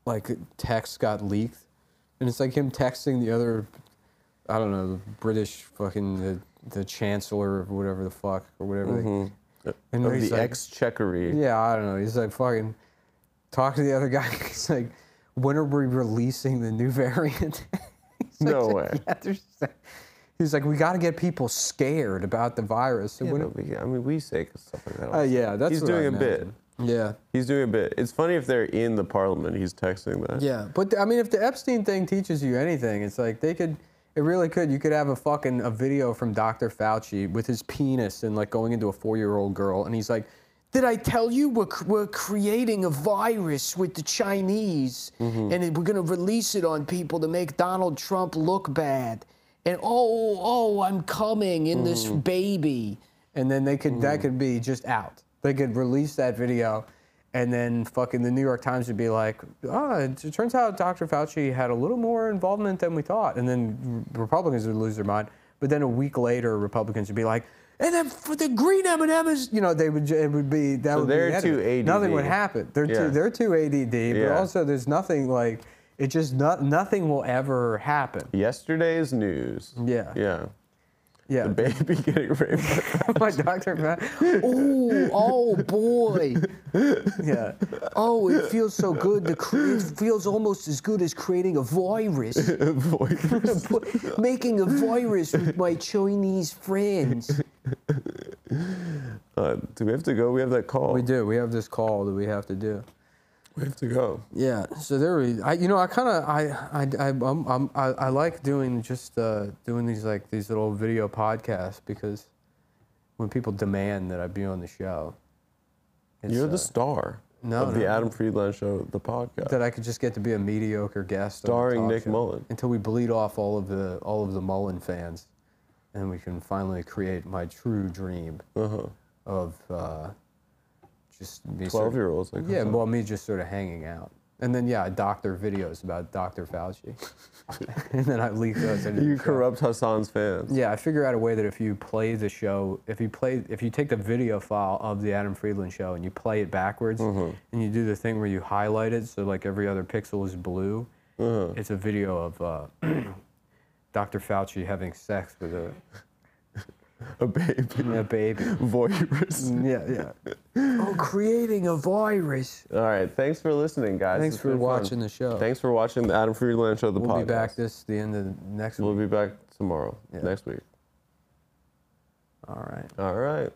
like text got leaked, and it's like him texting the other, I don't know, the British fucking the, the Chancellor or whatever the fuck or whatever. they- and
Mm-hmm. Of
he's
the
like-
exchequery.
Yeah, I don't know. He's like fucking talk to the other guy. He's like, when are we releasing the new variant? He's like,
No way.
"Yeah, there's-" He's like, we got to get people scared about the virus. And
Yeah,
when-
but we- I mean, we say stuff like that. all
Uh,
the time.
yeah, that's
he's
what I
doing a bit.
imagine. Yeah.
He's doing a bit. It's funny if they're in the parliament. He's texting that.
Yeah, but th- I mean, if the Epstein thing teaches you anything, it's like they could, it really could. You could have a fucking a video from Dr. Fauci with his penis and like going into a four-year-old girl, and he's like, "Did I tell you we're, cr- we're creating a virus with the Chinese, and it- we're gonna release it on people to make Donald Trump look bad?" And oh, oh, I'm coming in this baby, and then they could
Mm.
that could be just out. They could release that video. And then fucking the New York Times would be like, oh, it turns out Dr. Fauci had a little more involvement than we thought. And then r- Republicans would lose their mind. But then a week later, Republicans would be like, and then for the green M&Ms, you know, they would, ju- it would be, that would
they're
be the end of
too
it. Nothing would
ADD.
happen. They're,
Yeah.
too, they're too ADD, but
Yeah.
also there's nothing like, it just, not, nothing will ever happen.
Yesterday's news.
Yeah.
Yeah.
Yeah.
The baby getting raped.
My doctor, Oh, oh boy. Yeah. Oh, it feels so good. The cre- it feels almost as good as creating a virus,
Voice.
making a virus with my Chinese friends.
uh, do we have to go? We have that call.
We do. We have this call that we have to do.
We have to go.
Yeah. So there we. I, you know, I kind of, I, I, I, I'm, I'm, I, I like doing just uh, doing these like these little video podcasts because when people demand that I be on the show, it's,
You're
uh,
the star
no,
of
no.
the Adam Friedland Show, the podcast.
that I could just get to be a mediocre guest, on the
Starring
talk
Nick
show
Mullen.
until we bleed off all of the all of the Mullen fans, and we can finally create my true dream
uh-huh.
of uh, just me sort
12
of-
year olds. Like,
Yeah, well, me just sort of hanging out, and then yeah, I doctor videos about Dr. Fauci, and then I leak those. Into
you
the show.
corrupt Hassan's fans.
Yeah, I figure out a way that if you play the show, if you play, if you take the video file of the Adam Friedland show and you play it backwards,
Mm-hmm.
and you do the thing where you highlight it, so like every other pixel is blue,
Uh-huh.
it's a video of uh, Dr. Fauci having sex with a,
A baby.
a baby.
Voyeurs.
yeah, yeah. Oh, creating a virus.
All right. Thanks for listening, guys.
Thanks
It's
for
been fun.
watching the show.
Thanks for watching the Adam Friedland Show, the
We'll
podcast.
be back this the end of the next
We'll
week.
be back tomorrow,
Yeah.
next week.
All right.
All right.